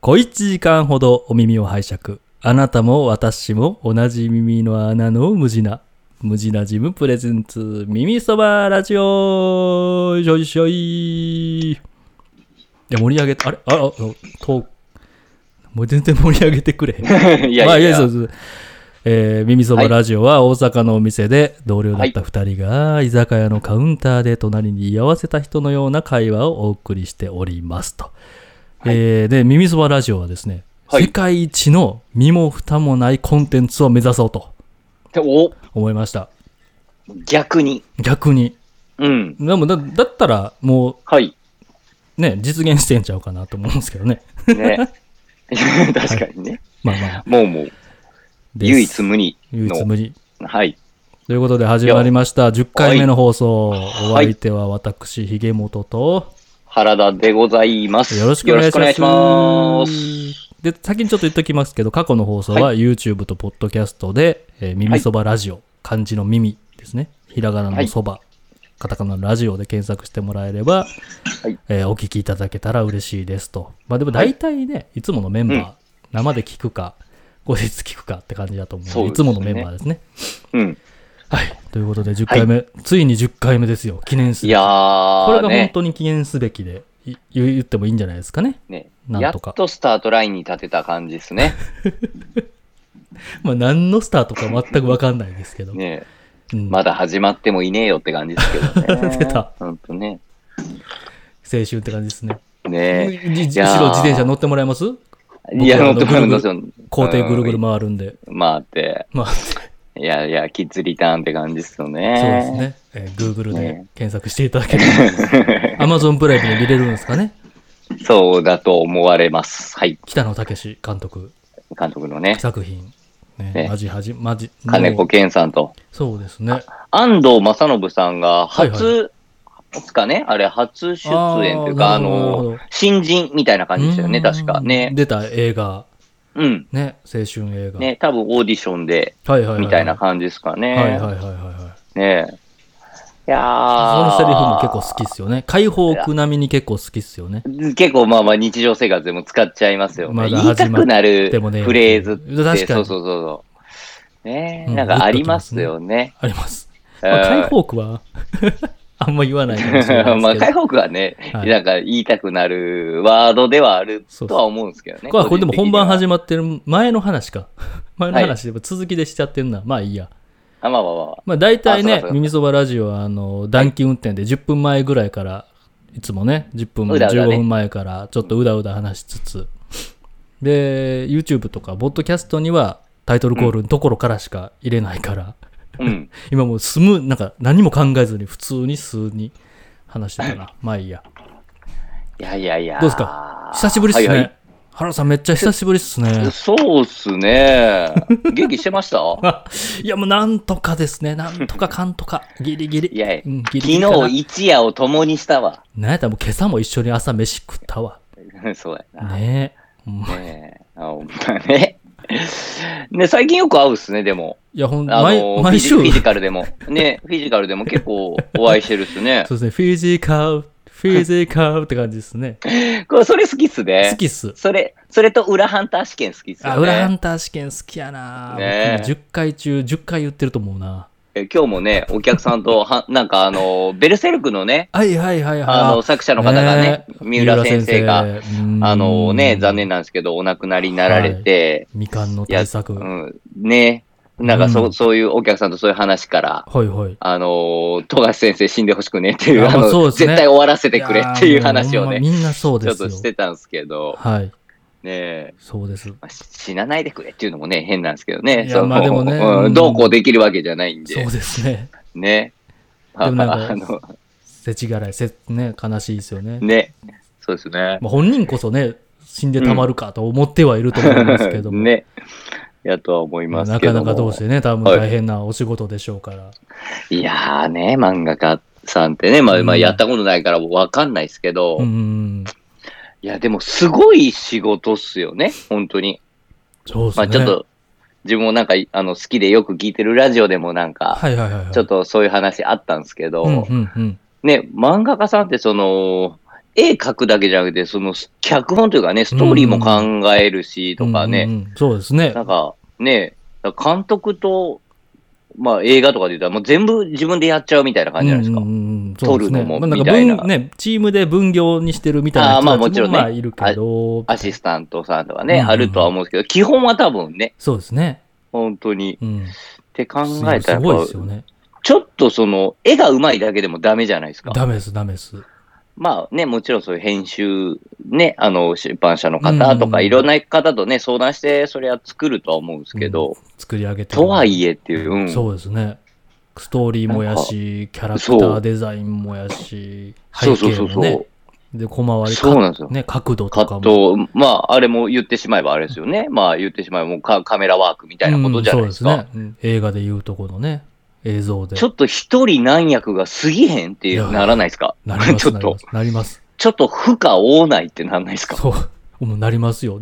小一時間ほどお耳を拝借。あなたも私も同じ耳の穴の無地な。無地なジムプレゼンツ耳そばラジオよいしょいしょい。いや、盛り上げた、あれあら、あと、もう全然盛り上げてくれへん。 いやいまあ、やいいややそうです。えー、耳そばラジオは大阪のお店で同僚だった2人が居酒屋のカウンターで隣に居合わせた人のような会話をお送りしておりますと。はいえーで、耳そばラジオはですね、はい世界一の身も蓋もないコンテンツを目指そうとお思いました。逆に。逆に。うん。でもだだったらもはい。うね、実現してんちゃうかなと思うんですけどね。 ね。確かにね。まあまあ。もうもう、です唯一無二唯一の。無二。はい。ということで始まりました。10回目の放送。はいお相手は私、ひげもとと、原田でございます。よろしくお願いします。よろしくお願いしますで、先にちょっと言っときますけど、過去の放送は YouTube と Podcast で、えー耳そばラジオ、漢字の耳ですね。ひらがなのそば、カタカナのラジオで検索してもらえれば、はいえーお聞きいただけたら嬉しいですと。まあでも大体ね、い、つものメンバー、うん生で聞くか、後日聞くかって感じだと思うのでそういでつすねものメンバーですね。うん。はい。ということで、10回目、ついに10回目ですよ。記念すいべき。やこれーが本ね。当に記念すべきで、い言ってもいいんじゃないですかね。 ねなやんとかっとスタートラインに立てた感じで すね。まあ、何のスタートか全く分かんないですけど。ねうんまだ始まってもいねえよって感じですけどね。 出たほんとね。青春って感じですね。ねじじいやー後ろ自転車乗ってもらえますい僕や、らほのんぐとるぐるどうしよう校庭ぐるぐる回るんで。うん回って。まあ、そういやいや、キッズリターンって感じですよでね。すね。えー Google でね検索していただけれ ば。Amazon プライムで見れるんですかね。そうだと思われます。はい。北野武監督監督のね、作品。ねね、マジはじ、マジ。金も子う健さんと、そうですね。安藤正信さんが初、はいですかねあれ、初出演というか、ーなるほどなあるほの、ど新人みたいな感じでしたよね、うん確か。ね。出た映画、うん。ね、青春映画。ね、多分オーディションで、はいはいはいはい。みたいな感じですかね。はいはいはいはいはい。ねいやそのーセリフも結構好きっすよね。解放くなみに結構好きっすよね。結構まあまあ日常生活でも使っちゃいますよね。まだ言いたくなるでもねフレーズって、確かにそうそうそうそう。ね、うんなんかありますよね。あります。うんまあ、解放区は あんま言わないかもしれない まあ、ですけ解ど。放区はね、はいなんか言いたくなるワードではあるとは思うんですけどね。これこれでも本番始ままってる前の話か。 前の話でも続きでしちゃってるな。まあいいや。あ、まあまあまあまあ。まあ大体あそうねかそう、か耳そばラジオはあの暖気運転で10分前ぐらいから、いつもね、10分、うだうだ15ね分前からちょっとうだうだ話しつつ、で、YouTube とか、ポッドキャストにはタイトルコールのところからしか入れないから、 うん。今もうスムーなんか何も考えずに普通に数に話してた な。まあいいや。いやいやいや。どうですか久しぶりっすね。はいはい原さんめっちゃ久しぶりっすね。 そうっすね。元気してました あいやもうなんとかですね。なんとかかんとか。ギリギリ。 いやいやうん、ギリ昨ギリかな。日一夜を共にしたわ。 なんやったらもう今朝も一緒に朝飯食ったわ。そうやな。ねえ。うんねえ。あ、ほんまね。ね、最近よく会うっすね、でも。いやほん、あの毎毎週。フィジフィそ。ジカルでも。ね、フィジカルでも結構お会いしてるっすね うですね。フィジカル、フィジカルって感じですね。これそれ好きっす ね。好きっす。それ、それと裏ハンター試験好きっすよね。あ、裏ハンター試験好きやな、ねえ僕今10回中10回言ってると思うな。え今日もね、お客さ んとは、なんかあの、ベルセルクのね、はいはいはいはい。あの、作者の方がね、三浦先生が、あのね、残念な。なんですけど、お亡くなりになられて、みかんの対策。うはん、ね、なんかそ、うんそういうお客さんとそういう話から、いはい。あの、富樫先生死んでほしくねっていう、ああまあの、そうですね絶対終わらせてくれっていう話をやーもうほんまね、みんなそうちでょっすよと。してたんですけど、はい。ねそうです。まあ死なないでくれっていうのもね、変なんですけどね。いやまあでもねうんどうこうできるわけじゃないんそでう。ですね。ね。でもなんかあの、世知辛い。せね、悲しいですよね。ね。そうですね。まあ、本人こそね、死んでたまるかと思ってはいると思うんですけども。 ね。やとは思いまあますなけかども。なかどうしてね、多分はい大変なお仕事でしょうから。いやーね、漫画家さんってね、まあ、まあ、うんやったことないからわかんないですけど、うんういんうん。や、でもすごい仕事っすよね、本当に。そうですまね。あ、ちょっと、自分もなんか、あの、好きでよく聞いてるラジオでもなんか、はいはいはいはい。ちょっとそういう話あったんですけど、うんうんうん。ね、漫画家さんってその、絵描くだけじゃなくて、その脚本というかね、ストーリーも考えるし、とかうんね、うんうんそうですねな。んかね、だから監督と、まあ映画とかで言ったらもう全部自分でやっちゃうみたいな感じじゃないですか。うんうんうんそうですね撮るのもまあんみかたいな分ね、チームで分業にしてるみたいなあーまあ人たちももちろんねまあいるけど、アシスタントさんとかね、うんうんあるとは思うんですけど、基本は多分ね、そうですね。本当に。うん、って考えたすら、ごいやでっすぱよね。ちょっとその、絵が上手いだけでもダメじゃないですか。ダメです、ダメです。まあね、もちろんそういう編集、ね、あの、出版社の方とうか、んいろんな方とね、相談して、それは作るとは思うんですけど、作り上げてるとはいえっていう、うん。そうですね。ストーリーもやし、キャラクターデザインもやし、そ背うそう景そうもそう。ね、で、小回りそうなんですよね、角度とか葛も。藤、まあ、あれも言ってしまえばあれですよね。まあ、言ってしまえばもうカカメラワークみたいなことじゃないですか。うんそうですね。うん映画で言うとこのね、映像で。ちょっと一人何役が過ぎへんっていういやならないですかなりま ちす、ょなりまっと、す。なります。ちょっと負荷多ないってならないですかそう。 もうなりますよ。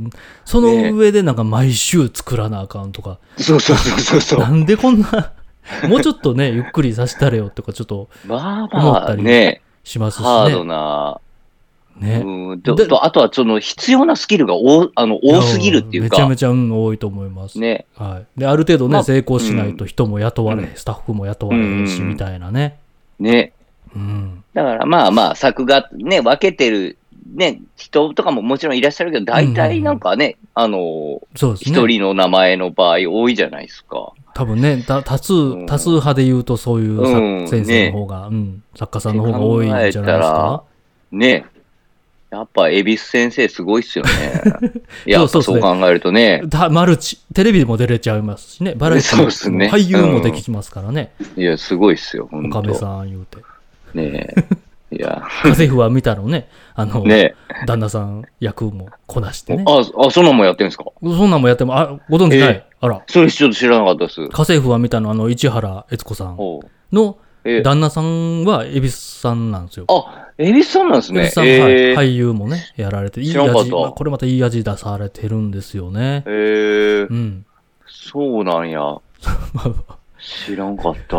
その上でなんか毎週作らなあかんとか、そうそうそうそうそなう。んでこんな、 もうちょっとね、ゆっくりさせたれよとかちょっとまあ思っまたありね、しますしハードね。な、ねうんとでとあとはその必要なスキルが多あの多すぎるっていうめちゃか、めちゃ、うん、多いと思います。ね、はい、である程度ね、まあ成功しないと人も雇われ、うスタッフも雇われへんし、うんみたいなね。ね。うん、だからまあまあ、作画ね、分けてる、ね、人とかももちろんいらっしゃるけど、大体なんかね、あの、そうです一ね。人の名前の場合多いじゃないですか。多分ねた多う数、ん多数派で言うと、そういうさ、うん先生の方が、うん、作家さんの方が多いんじゃないですって考えた。からね。やっぱ、恵比寿先生すごいっすよね。 いや、やっそうそぱうっそすねう考えるとね。だマルチ、テレビでも出れちゃいますしね、バラエティそうっすね俳優もできますからね、いや、すごいっすよ、ほん岡部と。さん言うて。ねえ。い や、家政婦は見たのね、あの、ね旦那さん役もこなしてえね。。あ、あ、そんなんもやってんですかそんなんもやっても、あ、ご存知ない、えあら、それちょっと知らなかったです。家政婦は見たの、あの、市原悦子さんほう。のえ、旦那さんは恵比寿さんなんですよ。あ、恵比寿さんなんです恵比ね寿。さん、はいえー俳優もね、やられて、いい知らんかっ味、たまあこれまたいい味出されてるんですよね。えーう、ん。そうな んや。まあ知らんかった。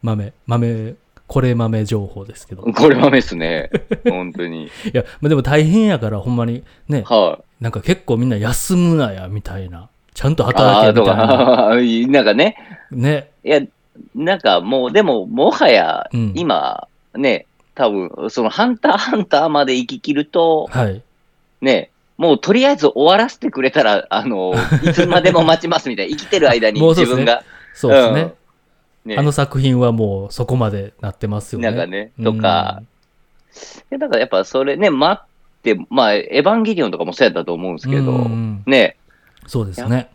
豆、豆、これ豆情報ですけど。いこれ豆っすね。本当に。や、まあでも大変やから、ほんまにね、はい。なんか結構みんな休むなや、みたいな。ちゃんとあ働あ、けとみたいな。か、 なんかね、ね。いや、なんかもう、でも、もはやうん、今、ね、多分、その、ハンターハンターまで行き切ると、はい。ね、もうとりあえず終わらせてくれたら、あの、いつまでも待ちますみたいな、生きてる間にもうそう自ですね分が、そうですね。ね、あの作品はもうそこまでなってますよね。なんかねう、んとか、、でだからやっぱそれね、待って、まあ、エヴァンゲリオンとかもそうやったと思うんですけうんうど、んね、やっそうですね。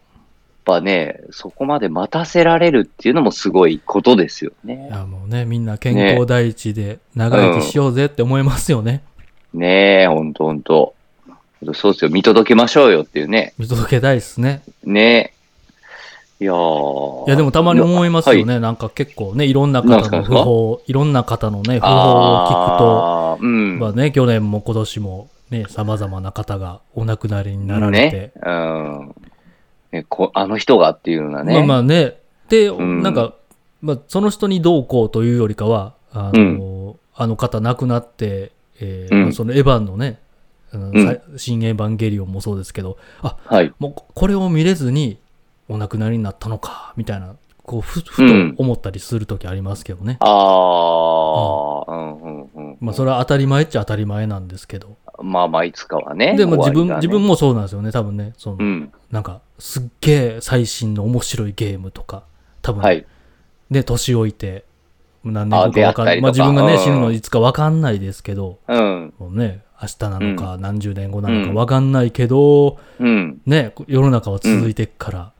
ぱね、そこまで待たせられるっていうのもすごいことですよねい。やもうね、みんな健康第一で長生きしようぜって思いますよね。ねえ、ほんとほんと。そうっすよ、見届けましょうよっていうね。見届けたいですね。ねえ。いやーいや、でもたまに思いますよね。はなんか結構ね、いろんななん方ですかの訃報、いろんな方のね、訃報を聞くと、あーうん。まあね、去年も今年もね、様々な方がお亡くなりになられて、ね。うん。ね、こあの人がっていうのはね。まあまあね、で、んなんか、まあ、その人にどうこうというよりかは、あの、あの方亡くなって、えーうんまあそのエヴァンのね、あのうんさ新エヴァンゲリオンもそうですけど、あ、はい。もうここれを見れずにお亡くなりになったのか、みたいな、こう、ふふうとん思ったりするときありますけどね。ああ、うんうんうん。まあ、それは当たり前っちゃ当たり前なんですけど。まあまあ、いつかはね。でも自分、終わ自りがね分もそうなんですよね、多分ね。その、うん。なんか、すっげえ最新の面白いゲームとか、多分、はい。で、年老いて、何年後か分かんない。あ出会ったりとかまあ自分がね、うん死ぬのいつか分かんないですけど、うん。もうね、明日なのか何十年後なのか分かんないけど、うん。ね、世の中は続いていくから、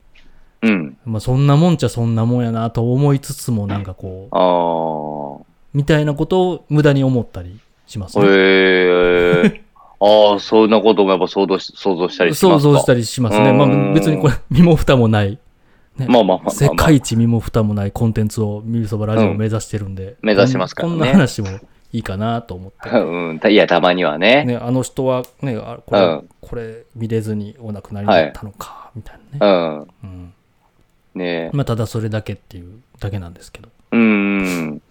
うん。まあそんなもんちゃそんなもんやなと思いつつも、なんかこう、ああ。みたいなことを無駄に思ったりしますね。へ え。ああ、そんなこともやっぱ想像し想像したりし想ますか像したりしますね。まあうん別にこれ、身も蓋もない、ねまあまあまあまあまあ世界一身も蓋もないコンテンツを、ミルソバラジオを目指してるんで、目指してますからねこんな話もいいかなと思って。 うん、たいや、たまにはね。ね、あの人は、ね、あこれ、うんこれ見れずにお亡くなりだったのか、みたいなうね、ん。うんねまあ。ただそれだけっていうだけなんですけど。うん。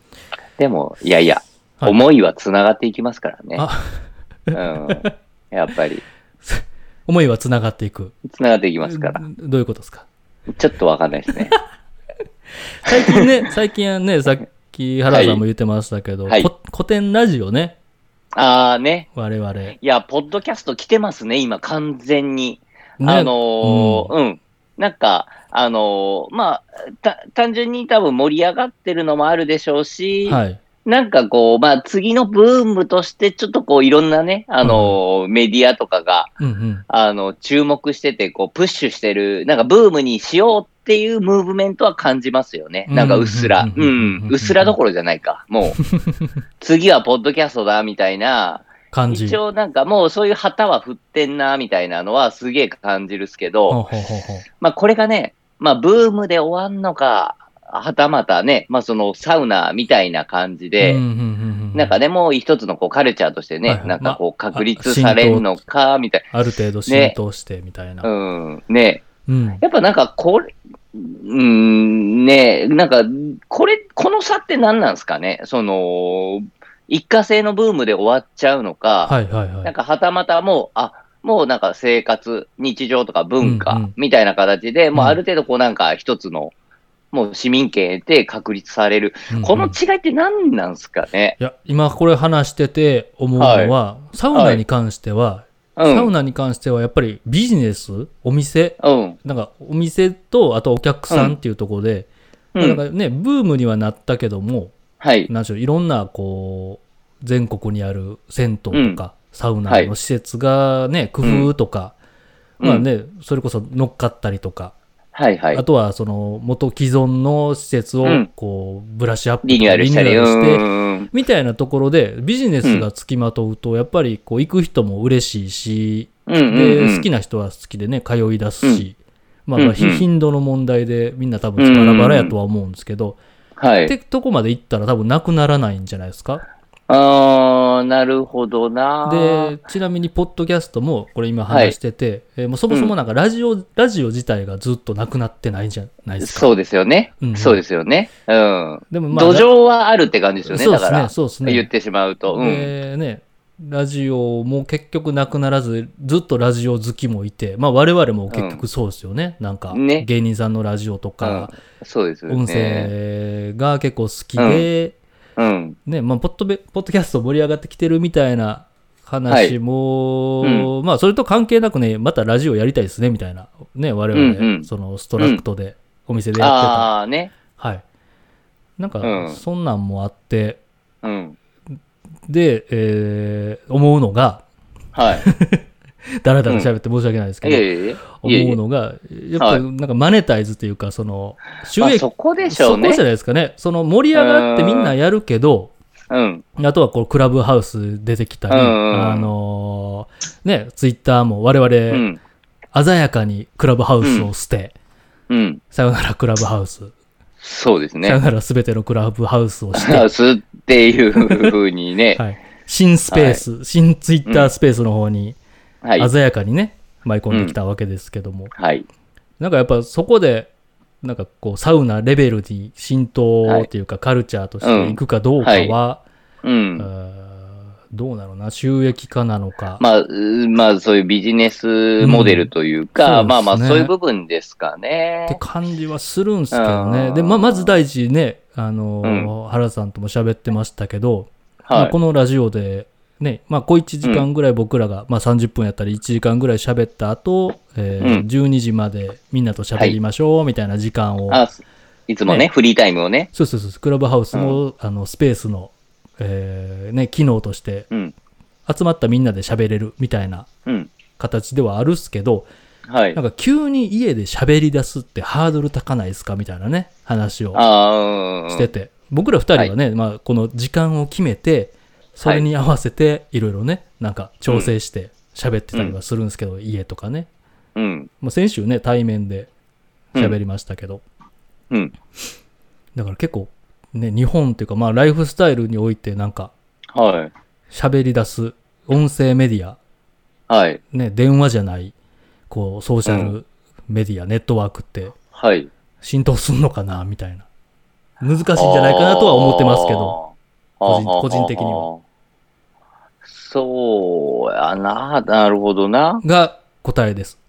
でも、いやいや、はい思いはつながっていきますからね。あうん。やっぱり、思いはつながっていく。繋がっていきますから。どういうことですかちょっとわかんないですね。最近ね、 最近はね、さっき原さんも言ってましたけど、はいこ古典ラジオね、ああね。我々。ね、いや、ポッドキャスト来てますね、今、完全に。あのーうん、なんか、あのーまあ、た単純に多分盛り上がってるのもあるでしょうし、はい。なんかこう、まあ、次のブームとして、ちょっとこう、いろんなね、あのーメディアとかが、うんうん。あの、注目してて、こう、プッシュしてる、なんかブームにしようっていうムーブメントは感じますよね。なんかうっすら。ううんうんうんうんん。うっすらどころじゃないか。も う、次はポッドキャストだ、みたいな。感じ。一応なんかもうそういう旗は振ってんな、みたいなのはすげえ感じるっすけど、ほうほうほうほうまあこれがね、まあブームで終わんのか、はたまたね、まあそのサウナみたいな感じで、うんうんうんうんなんかね、もう一つのこうカルチャーとしてね、はいはいなんかこう確立されるのか、みたいある程度浸透してみたいな。な。うん。ね。うん。やっぱなんかこれ、うーん、ねなんか、これ、この差って何なんですかねその、一過性のブームで終わっちゃうのか、はいはいなはんい。かはたまたもう、あ、もうなんか生活、日常とか文うんう化んみたいな形で、もううんある程度こうなんか一つの、もう市民権得て確立される。うんうんこの違いって何なんですかねいや、今これ話してて思うのは、サウナに関しては、うサウん。ナに関してはやっぱりビジネス、お店、うん。なんかお店とあとお客さんっていうところで、うなんん。かね、ブームにはなったけども、はい。なんでしょう、いろんなこう、全国にある銭湯とか、サウナの施設がね、工夫とか、うんまあね、それこそ乗っかったりとか、はいはいあ。とはその元既存の施設をうんこうブラッシュアップリニューアルしたり、リニうューアルしてーん。みたいなところでビジネスがつきまとうとやっぱりこう行く人も嬉しいし、うんうんうでん。好きな人は好きでね通い出すし、まあうんうんひ頻度の問題でみんな多分バラバラやとは思うんですけど、はい。ってとこまで行ったら多分なくならないんじゃないですか。あー、なるほどな。で、ちなみに、ポッドキャストも、これ今話してて、えーもうそもそもなんか、ラジオ、ラジオ自体がずっとなくなってないじゃないですか。そうですよね。うんうんそうですよね。うん。でも土壌はあるって感じですよね。だから、そうですね、そうですね。言ってしまうと。うん。でね、ラジオも結局なくならず、ずっとラジオ好きもいて、まあ我々も結局そうですよね。なんか、ね芸人さんのラジオとか、そうですよ音ね。声が結構好きで、うん。ね、まあポッドベ、ポッドキャスト盛り上がってきてるみたいな話も、はまあそれと関係なくね、またラジオやりたいですね、みたいな。ね、我々、うんうんそのストラクトで、お店でやってた。あーね。はい。なんか、うんそんなんもあって、うん。で、えー思うのが、はい。 だらだら喋って申し訳ないですけいど、やいやいや。いやい思うのが、やっぱなんかマネタイズというか、その収や。まあ益、そこでしそょこうじゃね。ないですかね、その盛り上がってみんなやるけど、うん。あとはこうクラブハウス出てきたり、うんうんあのーね、ツイッターも我う々、ん。鮮やかにクラブハウスを捨て、うん。さよならクラブハウス、そうですさよ ね。ならすべてのクラブハウスをして、ハウス っていうふうにね。はい、新スペース、新ツイッタースペースの方にはい。鮮やかにね、舞い込んできたわけですけども、はい。なんかやっぱそこで、なんかこう、サウナレベルに浸透っていうか、カルチャーとしていくかどうかは、うんうう。んーんどうなのな、収益化なのか。まあ、うーまあ、そういうビジネスモデルというか、うんそうですねまあまあ、そういう部分ですかね。って感じはするんすけどね。うんで、ま、まず第一ね、あのー、原さんとも喋ってましたけど、まあはい。このラジオで、ね、まあ、小1時間ぐらい僕らが、まあ、30分やったり1時間ぐらい喋った後、えーうん12時までみんなと喋りましょうみたいな時間を、あ、すいつもね、ねフリータイムをね。そうそうそう、クラブハウスの,、あのスペースの、えーね、機能として、うん。集まったみんなで喋れるみたいなうん。形ではあるっすけど、はいな。んか急に家で喋り出すってハードル高ないですかみたいなね、話をああ、してて、僕ら二人はね、まあ、この時間を決めて、それに合わせていろいろね、なんか調整して喋ってたりはするんですけど、家とかね。うん。まあ、先週ね、対面で喋りましたけど、うん。だから結構、ね、日本っていうか、まあ、ライフスタイルにおいて、なんか、はい。喋り出す音声メディア、はい。ね、電話じゃない、こう、ソーシャルメディア、ネットワークってはい。浸透すんのかな、みたいな。難しいんじゃないかなとは思ってますけど。あー、個人個人的にはあー。そうやな。なるほ どな。が答えです。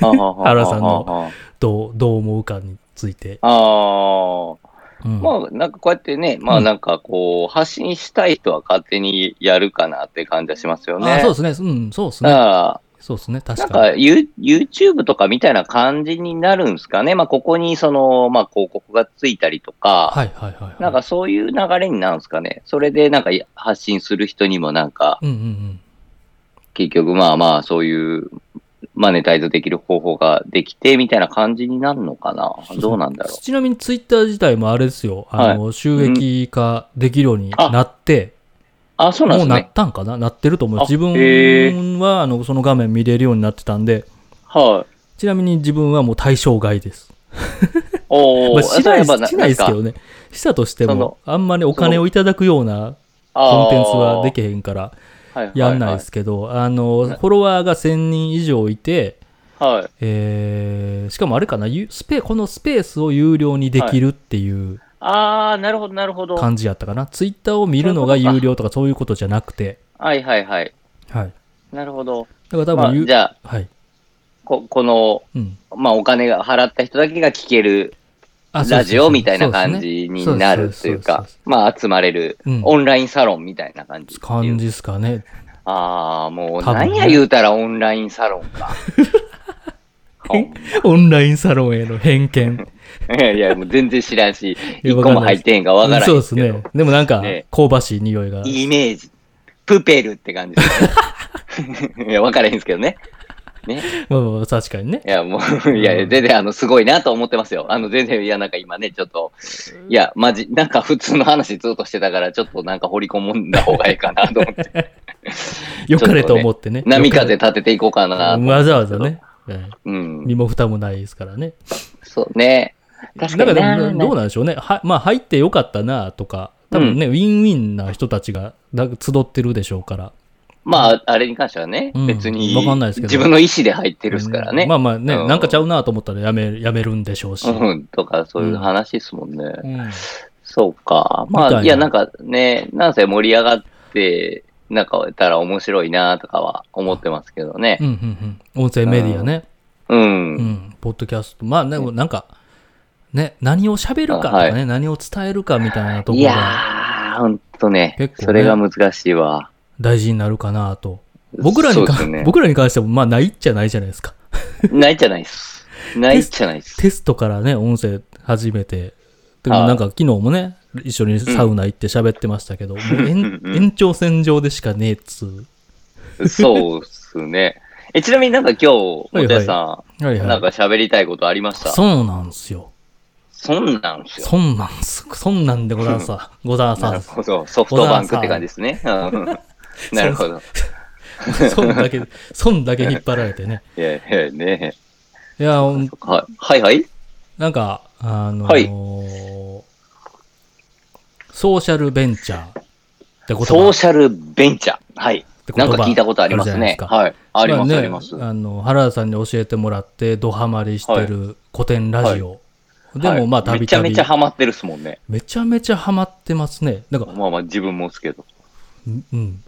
原さんの。どう、どう思うかについて。ああ。うんまあ、なんかこうやってね、まあなんかこう、発信したい人は勝手にやるかなって感じはしますよね。あそうですね。うん、そうですね。あそうですね。あな確んかかに。ユ YouTube とかみたいな感じになるんですかね。まあここにその、まあ広告がついたりとか、はいはいはいはい。なんか、そういう流れになるんですかね。それでなんか発信する人にもなんか、うんうんうん。結局まあまあそういうマネタイズできる方法ができてみたいな感じになるのかな。どうなんだろう。ちなみにツイッター自体もあれですよ。あの、収益化できるようになって、あ、そうなんもでうすなっね。たんかななってると思う。あ自へ分は、あの、その画面見れるようになってたんで、はい。ちなみに自分はもう対象外です。おーまあ、しそなれいやっぱしないですけんかどね。したとしてそもの、あんまりお金をいただくようなコンテンツはできへんから、あーはいはいやんないですけど、あの、フねォロワーが1000人以上いて、はい。えーしかもあれかな、ゆスペこのスペースを有料にできるっていうああ、なるほど、なるほど。は感じやったかな。ツイッターを見るのがそういうことか有料とかそういうことじゃなくて、いはいはい。はい。なるほど。だから多ま分あ、ゆ、じゃあ、はい。ここの、うん。まあ、お金が払った人だけが聞けるあそうそうそうラジオみたいなそ感うですねじになるといそううかですそうですそうです、まあ、集まれるうん、オンラインサロンみたいな感じっていう。感じですかね。ああ、もう、多分ねなんや言うたらオンラインサロン か。ほん オンラインサロンへの偏見。いやいや、もう全然知らんし、いやわ一個かんなもい入ってへんかわからんけそうど。ですね。でもなんかね、香ばしい匂いが。イメージ。プペルって感じです ね。いや、わからへんですけどね。ね。まあまあまあ確かにね。いや、もう、いや、全然、あの、すごいなと思ってますよ。あの、全然、いや、なんか今ね、ちょっと、いや、まじ、なんか普通の話ずっとしてたから、ちょっとなんか掘り込んだ方がいいかなと思って、良かれと思ってね。波風立てていこうかなと。わざわざね。はいうん。身も蓋もないですからね。そうね。確かにななんでもどうなんでしょうね。はまあ入ってよかったなとか、多分ね、ウィンウィンな人たちがだ集ってるでしょうから。まあ、あれに関してはね、うん別に、わかんないですけど自分の意思で入ってるっすからね。うんまあまあね、うんなんかちゃうなと思ったらやめやめるんでしょうし。 うん、とか、そういう話ですもんね。うんそうか。みたいまなあ、いや、なんかね、なんせ盛り上がって、なんかたら面白いなとかは思ってますけどねう。んうんうん。音声メディアね。うん。うん。ポッドキャスト。まあね、なんか、ね、何を喋るかとかね、は何を伝えるかみたいなとこいろやがー、ほんとね結構ねそれが難しいわ。大事になるかなと。僕らにか、そうですね僕らに関しても、まあないっちゃないじゃないですか。ないじゃないっす。ないじゃないっす。テストからね、音声始めて、ではもいなんか昨日もね、一緒にサウナ行って喋ってましたけど、もう延うん延長線上でしかねえっつう。そうっすね。え、ちなみになんか今日、もはいてやさはいん、なんかはい。喋りたいことありましたそうなんすよ。そんなんすよ。そんなんす。そんなんでござんさ。ござんなさる。ほど。ソフトバンクって感じですね。うんなるほど。そんだけ、そんだけ引っ張られてね。いやいやね。いや、ほんはいはいはい。なんか、あのーはいソーシャルベンチャーって言葉ソーシャルベンチャー。はい。って言なん葉か聞いたことありまするじゃないでね。かはい。あります、ねあります。あの原田さんに教えてもらってドハマりしてる古典ラジオ、ではもいまあためびちたゃめびちゃハマってるっすもんね。めちゃめちゃハマってますねなんかまあまあ自分もっすけど。うん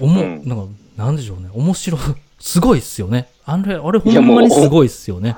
おも、うんなんかなんでしょうね面白いすごいっすよねあれあれほいやんもまうにすごいっすよね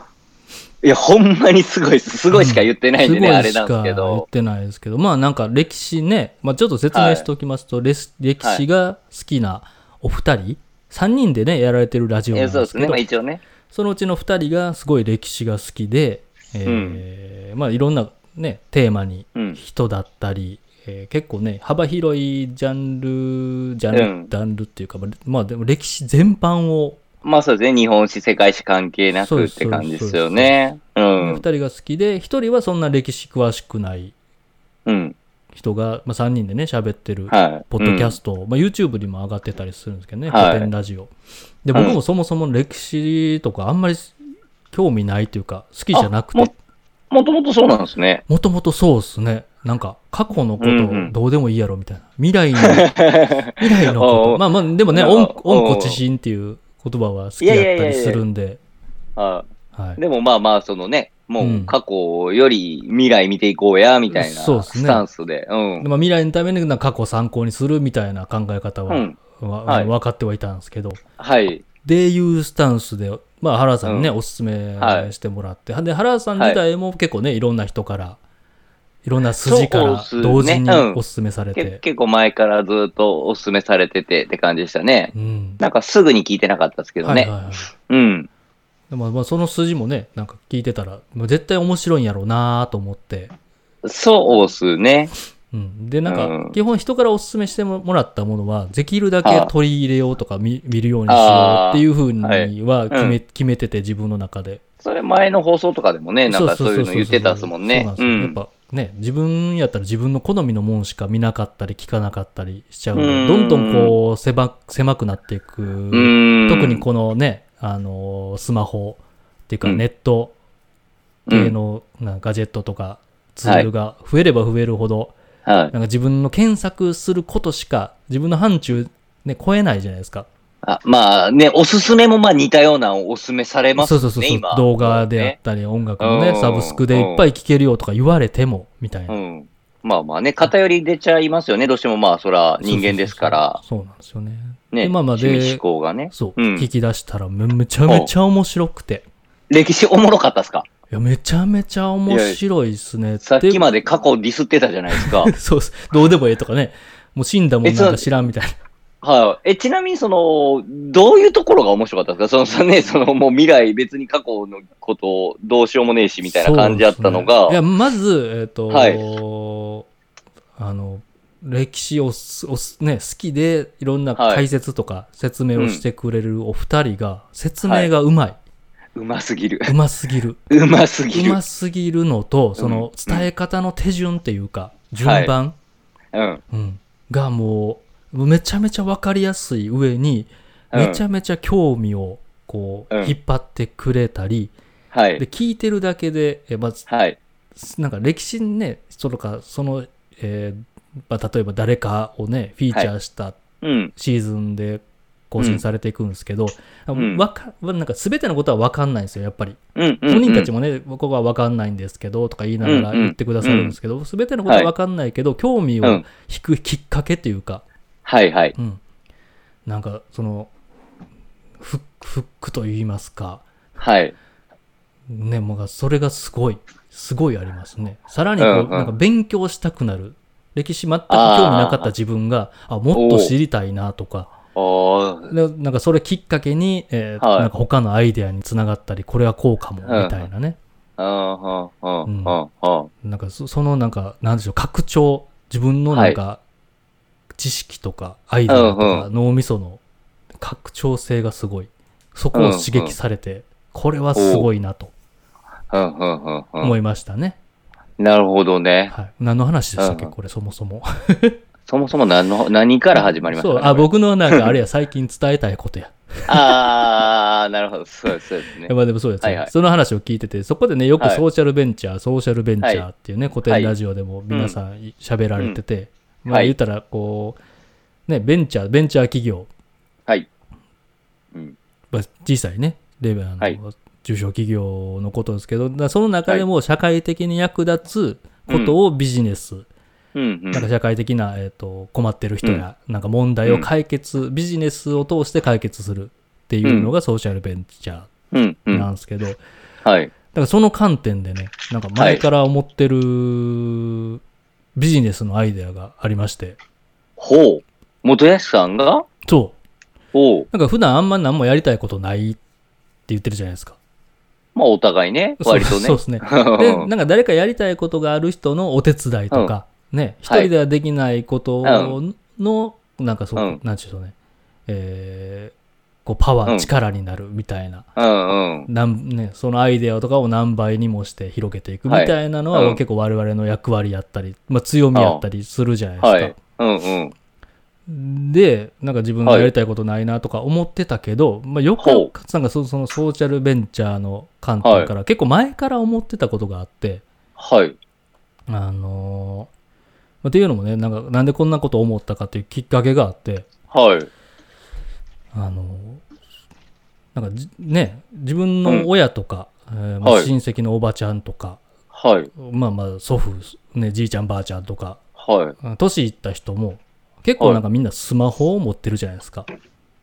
いや、ほんまにすごいっす。すごいしか言ってないんでね、すあごいれしなんですかけ言どっ。てないですけどまあなんか歴史ね、まあ、ちょっと説明しておきますと、レス歴史が好きなお二人、三3人でねやられてるラジオいなんや、でそうですすけね。どまあ一応ね。そのうちの2人がすごい歴史が好きで、えーまあ、いろんな、ね、テーマにうん。人だったり、えー結構ね幅広いジャンルジャンル,、うんジャンルっていうか、まあまあ、でも歴史全般を、まあそうですね。日本史、世界史関係なくって感じですよね。う二2ん。人が好きで1人はそんな歴史詳しくないうん。人が、まあ、3人でね喋ってるはい。ポッドキャト。スト、まあ、YouTube にも上がってたりするんですけどね、はい古典ラジオ。で、うん僕もそもそも歴史とかあんまり興味ないというか、好きじゃなくてあも。もともとそうなんですね。 もともとそうですね。なんか、過去のこうんうとんどうでもいいやろみたいな。未来 の、未来のこおうおと。うまあまあ、でもね、なんか恩おう恩子知心っていう言葉は好きやったりするんで。ははいい。。でもまあまあ、そのね、もううん過去より未来見ていこうや、みたいそうっなすねスタンスで。うんで。まあ、未来のためになんか過去を参考にするみたいな考え方うはん。わ、はい分かってはいたんですけど、はい。でいうスタンスで、まあ、原さんにね、おすすめはいしてもらって、で原さん自体も結構ね、い、ろんな人から、いろんな筋かそうっらすね同時にうんおすすめされけて、結構前からずっとお勧めされててって感じでしたね。うん。なんかすぐに聞いてなかったですけどはいはいね。はいうん。でもまあその筋もね、なんか聞いてたら、もう絶対面白いんやろうなと思って、そうっすね。うん、で、なんうかん、基本人からおすすめしてもらったものは、できるだけあ取り入れようとか見見るようにしようっていうふうにあーは決はめい決めてて、自分の中で。それ前の放送とかでもね、なんかそういうの言ってたっすもんね。そううなんですよやっん。ぱね、自分やったら自分の好みのもんしか見なかったり聞かなかったりしちゃうのうで、んどんどんこう狭狭くなっていくうん。特にこのね、あのースマホっていうかうんネット系のなんかガジェットとかツールが増えれば増えるほど、はい。なんか自分の検索することしか自分の範疇ね、超えないじゃないですか。あまあね、おすすめもまあ似たようなおすすめされますそね、うそうそうそう今。動画であっね。たり音楽のね、うんサブスクでいっぱい聴けるよとか言われても、みたいな。うん。まあまあね、偏り出ちゃいますよね。どうしてもまあ、そら人間ですから。そうそうそうそうなんですよね。ね、でまあまあで趣味思考がね。そう、うん聞き出したらめめちゃめちゃ面白くて。歴史おもろかったっすかいや、めちゃめちゃ面白いっすね。さっきまで。で過去ディスってたじゃな いですか。そうっすどうでもええとかね。もう死んだもんなんか知らんみたい な。はい。え、ちなみに、その、どういうところが面白かったですかそのさね、その、もう未来、別に過去のことをどうしようもねえし、みたいな感じだったのそうが、ですねいや、まず、えっ、と、はあの、歴史をすおす、ね、好きで、いろんな解説とか説明をしてくれるお二人が、説明がうまい。うますぎる。うますぎ る。うますうぎるま。すぎるのと、その、伝え方の手順っていうか、順番、うん。うん、がもう、めちゃめちゃわかりやすい上に、うんめちゃめちゃ興味を、こう、うん引っ張ってくれたり、はで、い。聞いてるだけで、えまずはい。なんか歴史にね、そのか、その、えーまあ、例えば誰かをね、フィーチャーしたうん。シーズンで更新されていくんですけど、んわか、なんか全てのことは分かんないんですよ、やっぱり。うん。うん本人たちもね、僕は分かんないんですけど、とか言いながらうんうん言ってくださるんですけど、全てのことは分かんないけど、興味をう引んくきっかけというか、はいはい。うん。なんか、その、フック、フックと言いますか、はい。ね、もうそれがすごい、すごいありますね。さらにこう、うんうんなんか勉強したくなる。歴史全く興味なかった自分が、あもっと知りたいなとか、おーでなんかそれきっかけに、えーはいなんか他のアイデアにつながったり、これはこうかも、みたいなね。あーはんはんはんはんなんかそそのなんか、なんでしょう、拡張、自分のなんか、知識とかアイデアとうんか脳みその拡張性がすごい。そこを刺激されて、これはすごいなとはんはんはんはん思いましたね。なるほどね。はい、何の話でしたっけ、うんこれ、そもそも。そもそも何の、何から始まりましたそかうねあ僕のなんか、あれや、最近伝えたいことや。ああ、なるほど。そうですそうですね。まあでもそうです、ねはいはいその話を聞いてて、そこでね、よくはいソーシャルベンチャー、ソーシャルベンチャーっていうね、古典はいラジオでも皆さん喋られてて、うんまあはい言ったら、こう、ね、ベンチャー、ベンチャー企業、はい。うん。まあ、小さいね、レベルの、はい中小企業のことですけど、だからその中でも社会的に役立つことをビジネス、うん、うん。なんか社会的な、えー、と困ってる人や、なんか問題を解決、ビジネスを通して解決するっていうのがソーシャルベンチャうん、うーなんん。ですけど、だはい。からその観点でね、なんか前から思ってるビジネスのアイデアがありまして、ほう。元康さんがそほう。う、なんか普段あんま何もやりたいことないって言ってるじゃないですか。まあ、お互いね。割とね。そうそうですね。 で、なんか誰かやりたいことがある人のお手伝いとか、ね、一はい人ではできないことうの、なんかそう、うんなんていうんでしょうね、えーこうパワー、うん力になるみたいな、うん、うん。なんね、そのアイデアとかを何倍にもして広げていくみはいたいなのは、うん結構我々の役割やったり、まあ、強みやったりするじゃないですか。はい。うん、うん。で、なんか自分がやりたいことないなとか思ってたけど、まあ、よくよくなんかそそのソーシャルベンチャーの観点から、結構前から思ってたことがあって、はい。あのーまあっていうのもねなんか、なんでこんなこと思ったかっていうきっかけがあって、はい。あのーなんかじね、自分の親とか、えーまあはい親戚のおばちゃんとか、はい。まあまあ祖父、ね、じいちゃんばあちゃんとか、はい。うん年いった人も、結構なんかみんなスマホを持ってるじゃないですか。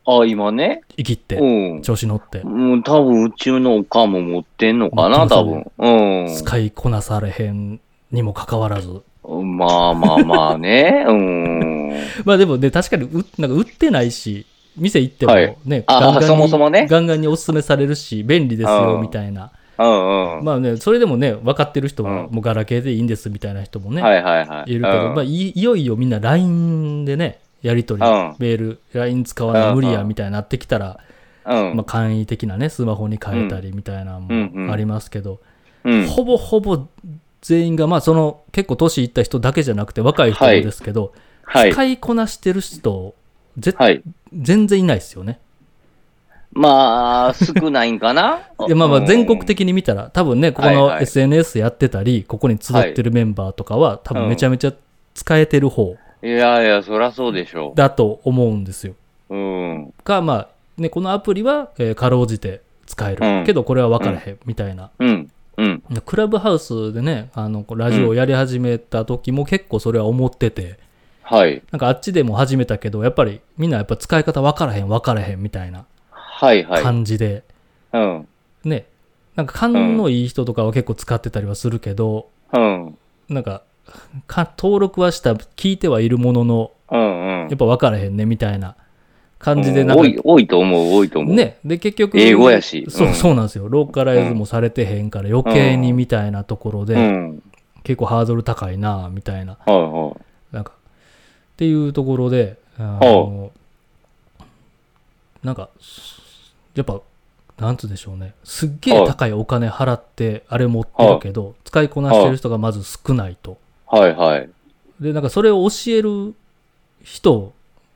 あ、今ね。生きってう、ん。調子乗って。もうん多分宇宙のおかんも持ってんのか持っな、てます多よ分。うん。使いこなされへんにもかかわらず。まあまあまあね。うん。 まあでもね、確かにう、なんか売ってないし、店行ってもはいね、あにそもそもねガンガンにおすすめされるし、便利ですようんみたいな。うんうん。まあね、それでもね、分かってる人は、うんもうガラケーでいいんですみたいな人もね、はいはいはい。いるけど、うんまあ、いいよいよみんな LINE でね、やり取り、うんメール、LINE 使わない無理うんやうんみたいになってきたら、うんまあ、簡易的なね、スマホに変えたりみたいなのうんうんうんもありますけど、うんほぼほぼ全員が、まあ、その結構年いった人だけじゃなくて、若い人もはいですけど、はい。使いこなしてる人、ぜはい。全然いないですよね。まあ、少ないんかな いやまあまうあん全国的に見たら、多分ね、ここはいのはい SNS やってたり、ここに集ってるメンバーとかは、多分めちゃめちゃ使えてる方いやいや、そらそうでしょだと思うんですよ。う。うん。か、まあ、ね、このアプリは、えーかろうじて使えうる。んけど、これは分からへん、みたいな。うん。うん。クラブハウスでね、あの、こうラジオをやり始めた時も結構それは思ってて、はい。なんかあっちでも始めたけど、やっぱりみんなやっぱ使い方分からへん、分からへんみたいなはいはい。感じで、うん。ね、なんか勘のいい人とかは結構使ってたりはするけど、うん。なんか、か登録はした、聞いてはいるものの、うんうやんっ。ぱ分からへんね、みたいな感じで、うんなんか多い、多いと思う、多いと思う。。ね、で、結局、英語やしそうう、んそうなんですよ。ローカライズもされてへんから、余計にみたいなところうで、ん。結構ハードル高いな、みたいな、はいはなんか、っていうところで、あのなんか、やっぱ、なんつうでしょうね。すっげえ高いお金払って、あれ持ってるけど、使いこなしてる人がまず少ないと。い。はいはい。で、なんかそれを教える人、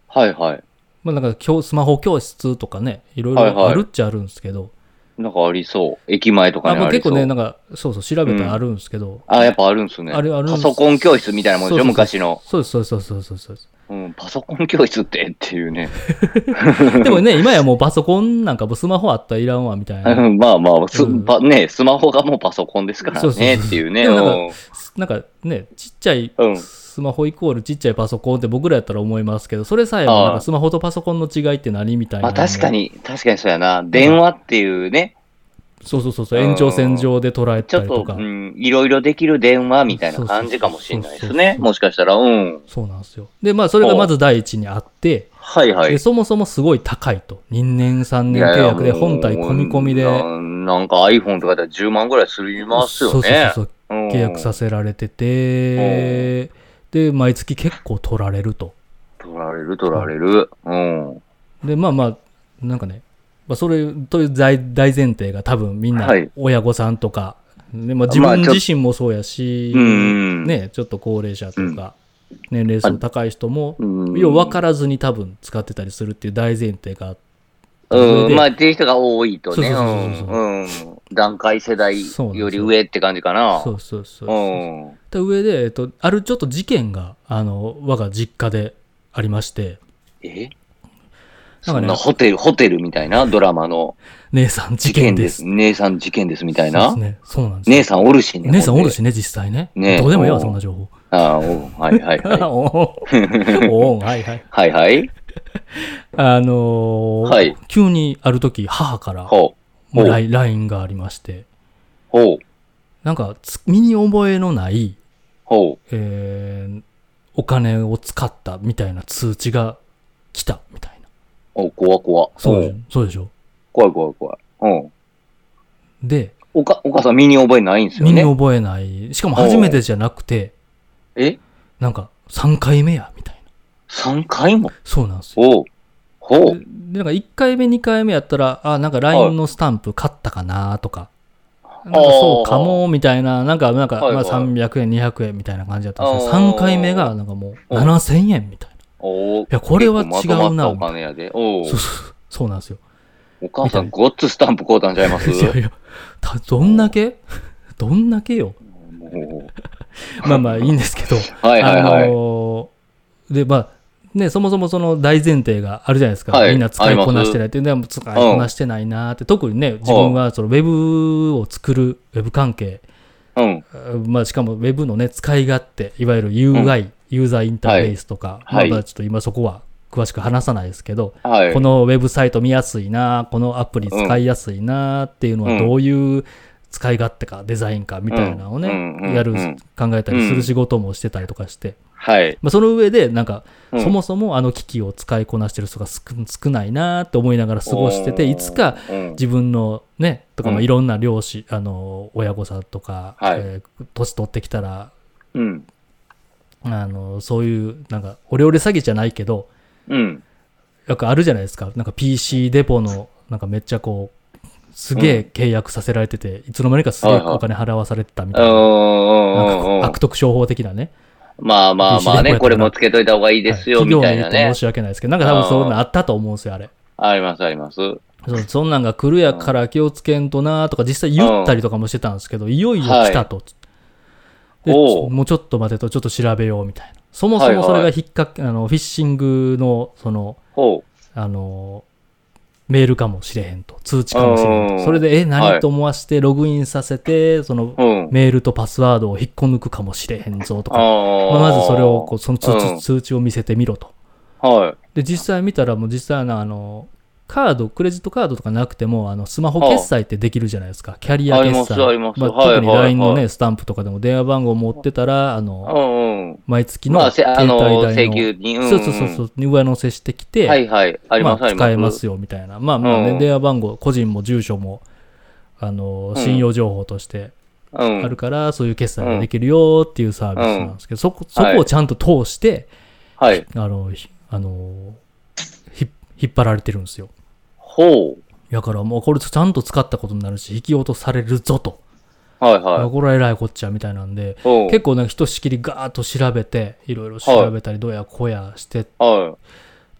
はいはい。まあなんか教スマホ教室とかね、いろいはいはろいあるっちゃあるんですけど、なんかありそう。駅前とかあにまああり結そう。構ね、なんか、そうそう、調べたらあるんですけど、あ、やっぱあるんすね。あれあるんすパソコン教室みたいなもんでしそうそうょ、そう昔の。そうです、そうです、そうです、そうです。うん、パソコン教室ってっていうね。でもね、今やもうパソコンなんかもスマホあったらいらんわ、みたいな。まあまあ、すうんパね、スマホがもうパソコンですからそうそうねそうっていうね。でもなんかうんなんかね、ちっちゃいうんスマホイコールちっちゃいパソコンって僕らやったら思いますけど、それさえあもあなんかスマホとパソコンの違いって何みたいまな。あ確か。に、確かにそうやな。電話っていうね、そうそうそうそう、延長線上で捉えちたょっりとと、かう。ん、いろいろできる電話みたいな感じかもしれないですそうね。そうそうそうもしかしたら、うん。そうなんですよ。で、まあそれがまず第一にあって、はいはでい。そもそもすごい高いと。2年3い年や契いや約で本体込み込みで、もうななんか iPhone とかだったら10万ぐらいすりますそうそうそようね。そう、うん契約させられてて、で、毎月結構取られると。取られる、取られる。うん。で、まあまあ、なんかね、まあ、それという大大前提が多分みんなはい親御さんとか、でまあ、自まあ分ちょ自身もそうやし、うんうんね、ちょっと高齢者とか、年齢層高い人も、うんよう分からずに多分使ってたりするっていう大前提があってそれうでん、まあ、っていう人が多いとね、、そううそうそうそうんうん段階世代より上って感じかな。そうそうそうそう。うん。た上で、えっと、あるちょっと事件が、あの、我が実家でありまして、なんえそかねんなホテル、ホテルみたいなドラマの姉さん事事件件で。ですす。姉さん事件ですみたいなそう。ですね。そうなんですよ姉さんおるしね。姉さんおるほしね、実際ね。ねえどうでもいいわ、おうそんな情 報。 んで。ああ、おうはいはいはおうおうはいはい。い。はいはい。あのーはい急にある時、母から、もほうう。おう LINE LINE がありまして、ほう。なんか、つ身に覚えのない、ほえーお金を使ったみたいな通知が来た、みたいな。う。お怖怖。そううでしんょそうでしょ怖い怖い怖い。うん。で、おか、お母さん身に覚えないんですよ身にね。覚えない。しかも初めてじゃなくて、えなんか3回目や、みたいな。三回もそうなんですよ。おう。ほでう。でなんか1回目、2回目やったら、あ、なんか LINE のスタンプ買ったかなとか、なんかそうかも、みたいな、なんか、なんか、はいまはあい300円、200円みたいな感じだったんですけど、あー3回目がなんかもう7000円みたいな。おいやこれは違うなまとまったお金やで。おうそうそうそうなんですよ。お母さん、ごっつスタンプ買うたんちゃいま すいやいや、たどんだけ どんだけよ。もまあまあいいんですけど。うはいはいはあい。のーで、まあ、ね、そもそもその大前提があるじゃないですか。はいみんな使いこなしてないっていうのは、使いこなしてないなーって、特にね、自分はそのウェブを作る、ウェブ関係、うん。まあ、しかもウェブのね、使い勝手、いわゆる UI ユーザーインターフェースとか、はいまだちょっと今そこは詳しく話さないですけど、はい。このウェブサイト見やすいな、このアプリ使いやすいなっていうのはうんどういう使い勝手か、デザインかみたいなのをね、うんうんやるうん、考えたりする仕事もしてたりとかして、はい。まあ、その上で、なんか、うんそもそもあの機器を使いこなしてる人が少少ないなって思いながら過ごしてて、いつか、うん自分のね、とかうんまあいろんな漁師、あの、親御さんとか、はいえー年取ってきたら、うん。あの、そういう、なんか、お料理詐欺じゃないけど、うん。なんかあるじゃないですか。なんか PC デポの、なんかめっちゃこう、すげえ契約させられてて、いつの間にかすげえはいはいお金払わされてたみうたいな。なんかんうこんう悪徳商法的なね。まあまあまあね、これもつけといた方がいいですよ、はいみた企い業なに言うねと申。し訳ないですけど、なんか多分そういうのあったと思うんですよ、あれ。あります、あります。そうそんなんが来るやから気をつけんとなーとか、実際言ったりとかもしてたんですけど、いよいよ来たと。でおうもうちょっと待てと、ちょっと調べようみたいな。そもそもそれが引っかけ、あの、フィッシングの、その、ほあの、メールかもしれへんと、通知かもしれへんうと。んそれで、え、は何いと思わせて、ログインさせて、そのう。、うん。メールとパスワードを引っこ抜くかもしれへんぞとか、まあままずそれをこう、その通う知ん通知を見せてみろと。はで、実際見たら、もう実際な、あの、カード、クレジットカードとかなくても、あの、スマホ決済ってできるじゃないですか。キャリアあり決ます済。ありますまあはい特に LINE のはいはね、スタンプとかでも電話番号持ってたら、あい。の、うんうん。毎月まのあ、せ携あ帯の、代請の、求に、んそうそうそうそう、に上乗せしてきて、はいはい。あります、あります。使えますよみたいな、まあまあねうん電話番号、個人も住所も、あのうん信用情報としてうん。あるから、そういう決済ができるよっていうサービスなんですけど、そこそはいこをちゃんと通して、はい。あのひあのひ引っ張られてるんですよ。ほう。だからもうこれちゃんと使ったことになるし、引き落とされるぞと、はいはい。これは偉いこっちゃみたいなんで、ほう結構なんかひとしきりガーッと調べて、いろいろ調べたり、どうやこうやしては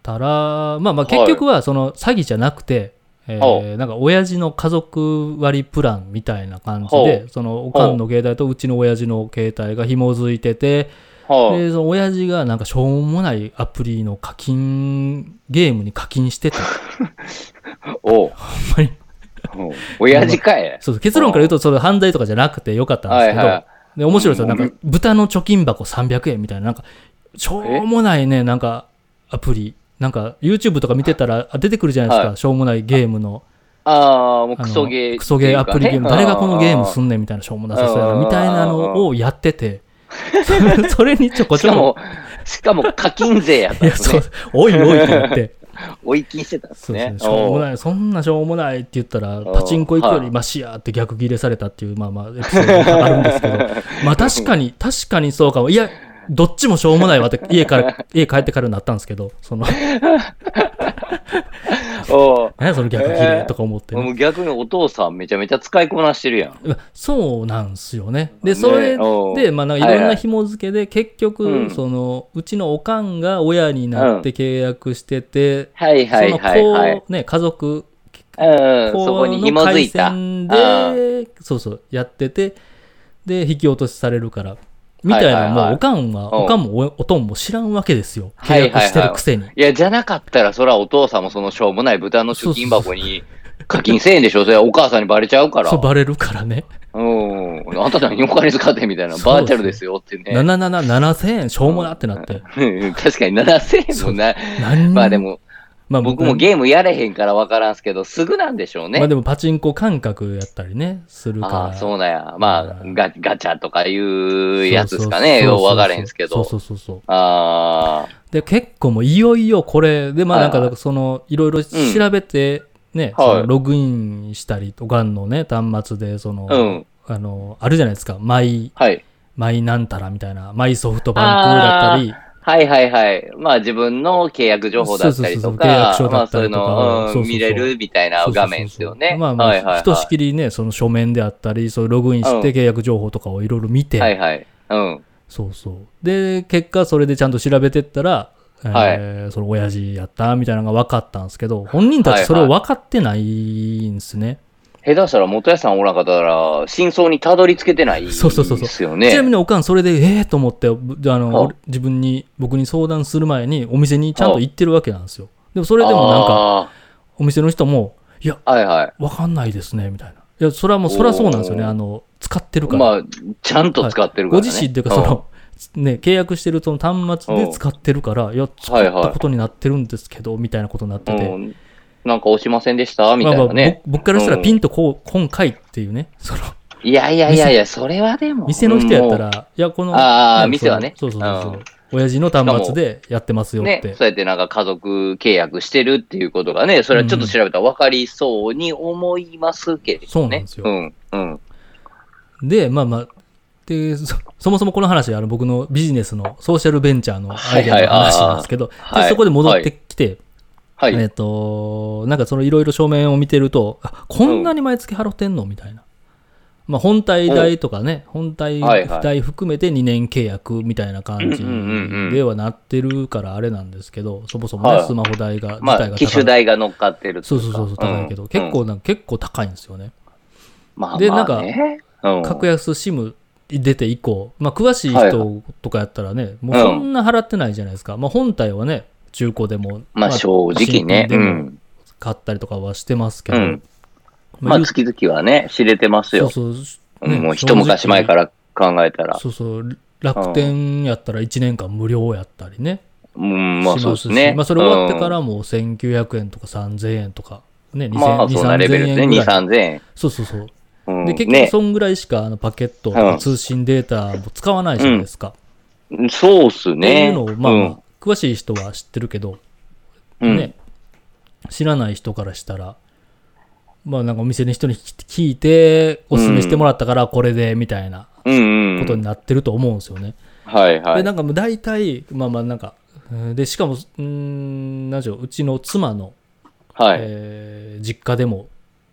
たら、まあまあはい結局はその詐欺じゃなくて、えーほなんか親父の家族割プランみたいな感じほで、そのおかんの携帯とうちの親父の携帯が紐づいてて、い。はい。で、その親父がなんかしょうもないアプリの課金、ゲームに課金して た。おほう。んまにうん親父かい。 そう結論から言うと、それ犯罪とかじゃなくてよかったんではすいけど、はで、面白いですよ。うなんんか豚の貯金箱300円みたいな、なんか、しょうもないね、なんかアプリ。なんか YouTube とか見てたらあ出てくるじゃないですか、はしょうもないゲームの。い。ああ、もうあのクソゲーっていうかね。クソゲーアプリゲーム、誰がこのゲームすんんねんみたいな、しょうもなさそうやな、うんみたいなのをやって て、それにちょこしちかょこ、も、しかも課金税やったいんや、ですそうね。、おいおいって言って、追い金してたんですそうですねね、。しょうもい。ない、そんなしょうもないって言ったら、うんパチンコ行くよはりいマシやって逆ギレされたっていう、まあまあ、エピソードがあるんです けど、まあ確かに、確かにそうかも、いや、どっちもしょうもないわ って、家から、家帰ってからなったんですけど、その、 おう何やその逆ギレとか思ってね、もう逆にお父さんめちゃめちゃ使いこなしてるやん。そうなんすよね。で、ねそれおうで、まあ、なんかいはいろんはない紐付けで、結う局、んその、うちのおかんが親になって契約してて、はいはいはいそはいの。子、ね、家族、うん、そこ子にの紐づ回いた。線あで、そうそう、やってて、で、引き落としされるから、みたいはいな、はいもはういおかんは、うんおかんもおおとんも知らんわけですよ。は契いはい約はいしてるくせに。いや、じゃなかったら、そらお父さんもそのしょうもない豚の貯金箱に課金せえんでしょそれはお母さんにバレちゃうから。そう、うバレるからね。ん。あんた何お金使ってみたいな。そうですねバーチャルですよってね。 77、7000円、しょうもなってなって。うん 確かに7000円もな。何まあで、も、まあ僕もゲームやれへんから分からんすけど、すぐなんでしょうね。まあでもパチンコ感覚やったりね、するから。ああ、そうなんや。まあ、うんガガチャとかいうやつですかそね。うそうよそうう分からへんすけど。そうそうそうそう。ああ、で、結構もういよいよこれ、で、まあなんはいかはその、いろいろ調べて、ね、はいそのログインしたりとかのね、端末で、その、うんあの、あるじゃないですか、マイ、はい。マイなんたらみたいな、マイソフトバンクだったり、はいはいはい。まあ自分の契約情報だったりそうそうとそう契約か書、まだあっそたういりうとかのそうそうそううん見れるみたいなそうそうそう画面ですよね。まあまはいはいあ、はいひとしきりね、その書面であったり、そういうログインしてうん契約情報とかをいろいろ見て、はいはい。うん。そうそう。で、結果、それでちゃんと調べてったら、えーその親父やったみたいなのが分かったんですけど、本人たちそれを分かってないんですね。下手したら元屋さんおらんかったら、真相にたどり着けてないですそようね。そうそうそうちなみにおかん、それで、ええと思って、ぶあの、はい俺自分に、僕に相談する前に、お店にちゃんと行ってるわけなんですよ。でも、それでもなんか、か。お店の人も、いや、はいはい。分かんないですね、みたいな。いや、それはもう、それはそうなんですよね。おーあの、使ってるから。まあ、ちゃんと使ってるかごらね。自身っていうか、その、ね、契約してるその端末で使ってるから、いや、使はいったことになってるんですけど、みたいなことになってて。うん、なんか押しませんでしたみたいなね。僕僕からしたらピンとこう、今回っていうね、その、いやいやいやいや、それはでも。店の人やったもら、いや、この、あーね店はねそうそうそうそううん親父の端末でやってますようっねて。、そうやってなんか家族契約してるっていうことがね、それはちょっと調べたら分かりそうに思いますけどね。そうなんですようん、うん。で、まあまあ、でそそもそもこの話、あの僕のビジネスのソーシャルベンチャーのアイデアはいのはいあー話なんですけど、はいでそこで戻ってきて、はい。えっ、と、なんかそのいろいろ書面を見てると、あこんなに毎月払ってんのみたいな。まあ、本体代とかね、本体はいはい代含めて2年契約みたいな感じうんうんうんうんではなってるからあれなんですけど、そもそもはね、いスマホ代が、ま自体があ、高い機種代が乗っかってるとそいうかそうそうそう、高いけど、結、うん構なんか、結構高いんですよね。まあ、でまあね、うん格安 SIM 出て以降、まあ、詳しいはい人とかやったらね、もうそんな払ってないじゃないですか。まあ、本体はね、中古でも、まあ、正直新品ね、うでもん。買ったりとかはしてますけうど、ん。まあ、言う月々はね、知れてますよ。そうそう、うんもう一昔前からら考えたら。そうそう、楽天やったら1年間無料やったりね、うん、まあしそうまですすし、ね。まあ、それ終わってかうんらもう1900円とか3000円とか、ね、2000、まあ、そんなレベルですね。 2000ぐ2、らい。 3000円。そうそうそう。うんで、結局、ね、そんぐらいしかあのパケットとか通信データも使わないじゃないですか。そうっすっていね。うのを、まあまあ、詳しい人は知ってるけど、うん、ね、知らない人からしたら、まあなんかお店の人に聞いて、おすすめしてもらったからこれで、みたいなうん、うんうん。ことになってると思うんですよね。はいはで、い。なんかもう大体、まあまあなんか、えーで、しかも、うーん、なんでしょう、うちの妻の、はい。えー実家でも、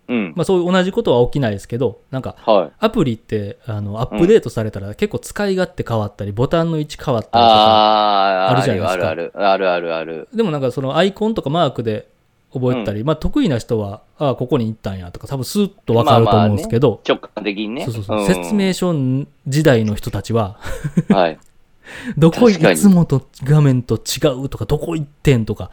うん。まあそういう同じことは起きないですけど、なんか、はい。アプリって、あの、アップデートされたら結構使い勝手変わったり、ボタンの位置変わったりとか、あああるるじゃないですかあるあるあるあるある。でもなんかそのアイコンとかマークで覚えたり、まあ得意な人は、ああ、ここに行ったんやとか、多分スーッとわかると思うんですけど、直感的にね。そうそうそう、ん説明書時代の人たちは、 はい。どこい確かにつもと画面と違うとか、どこ行ってんとか、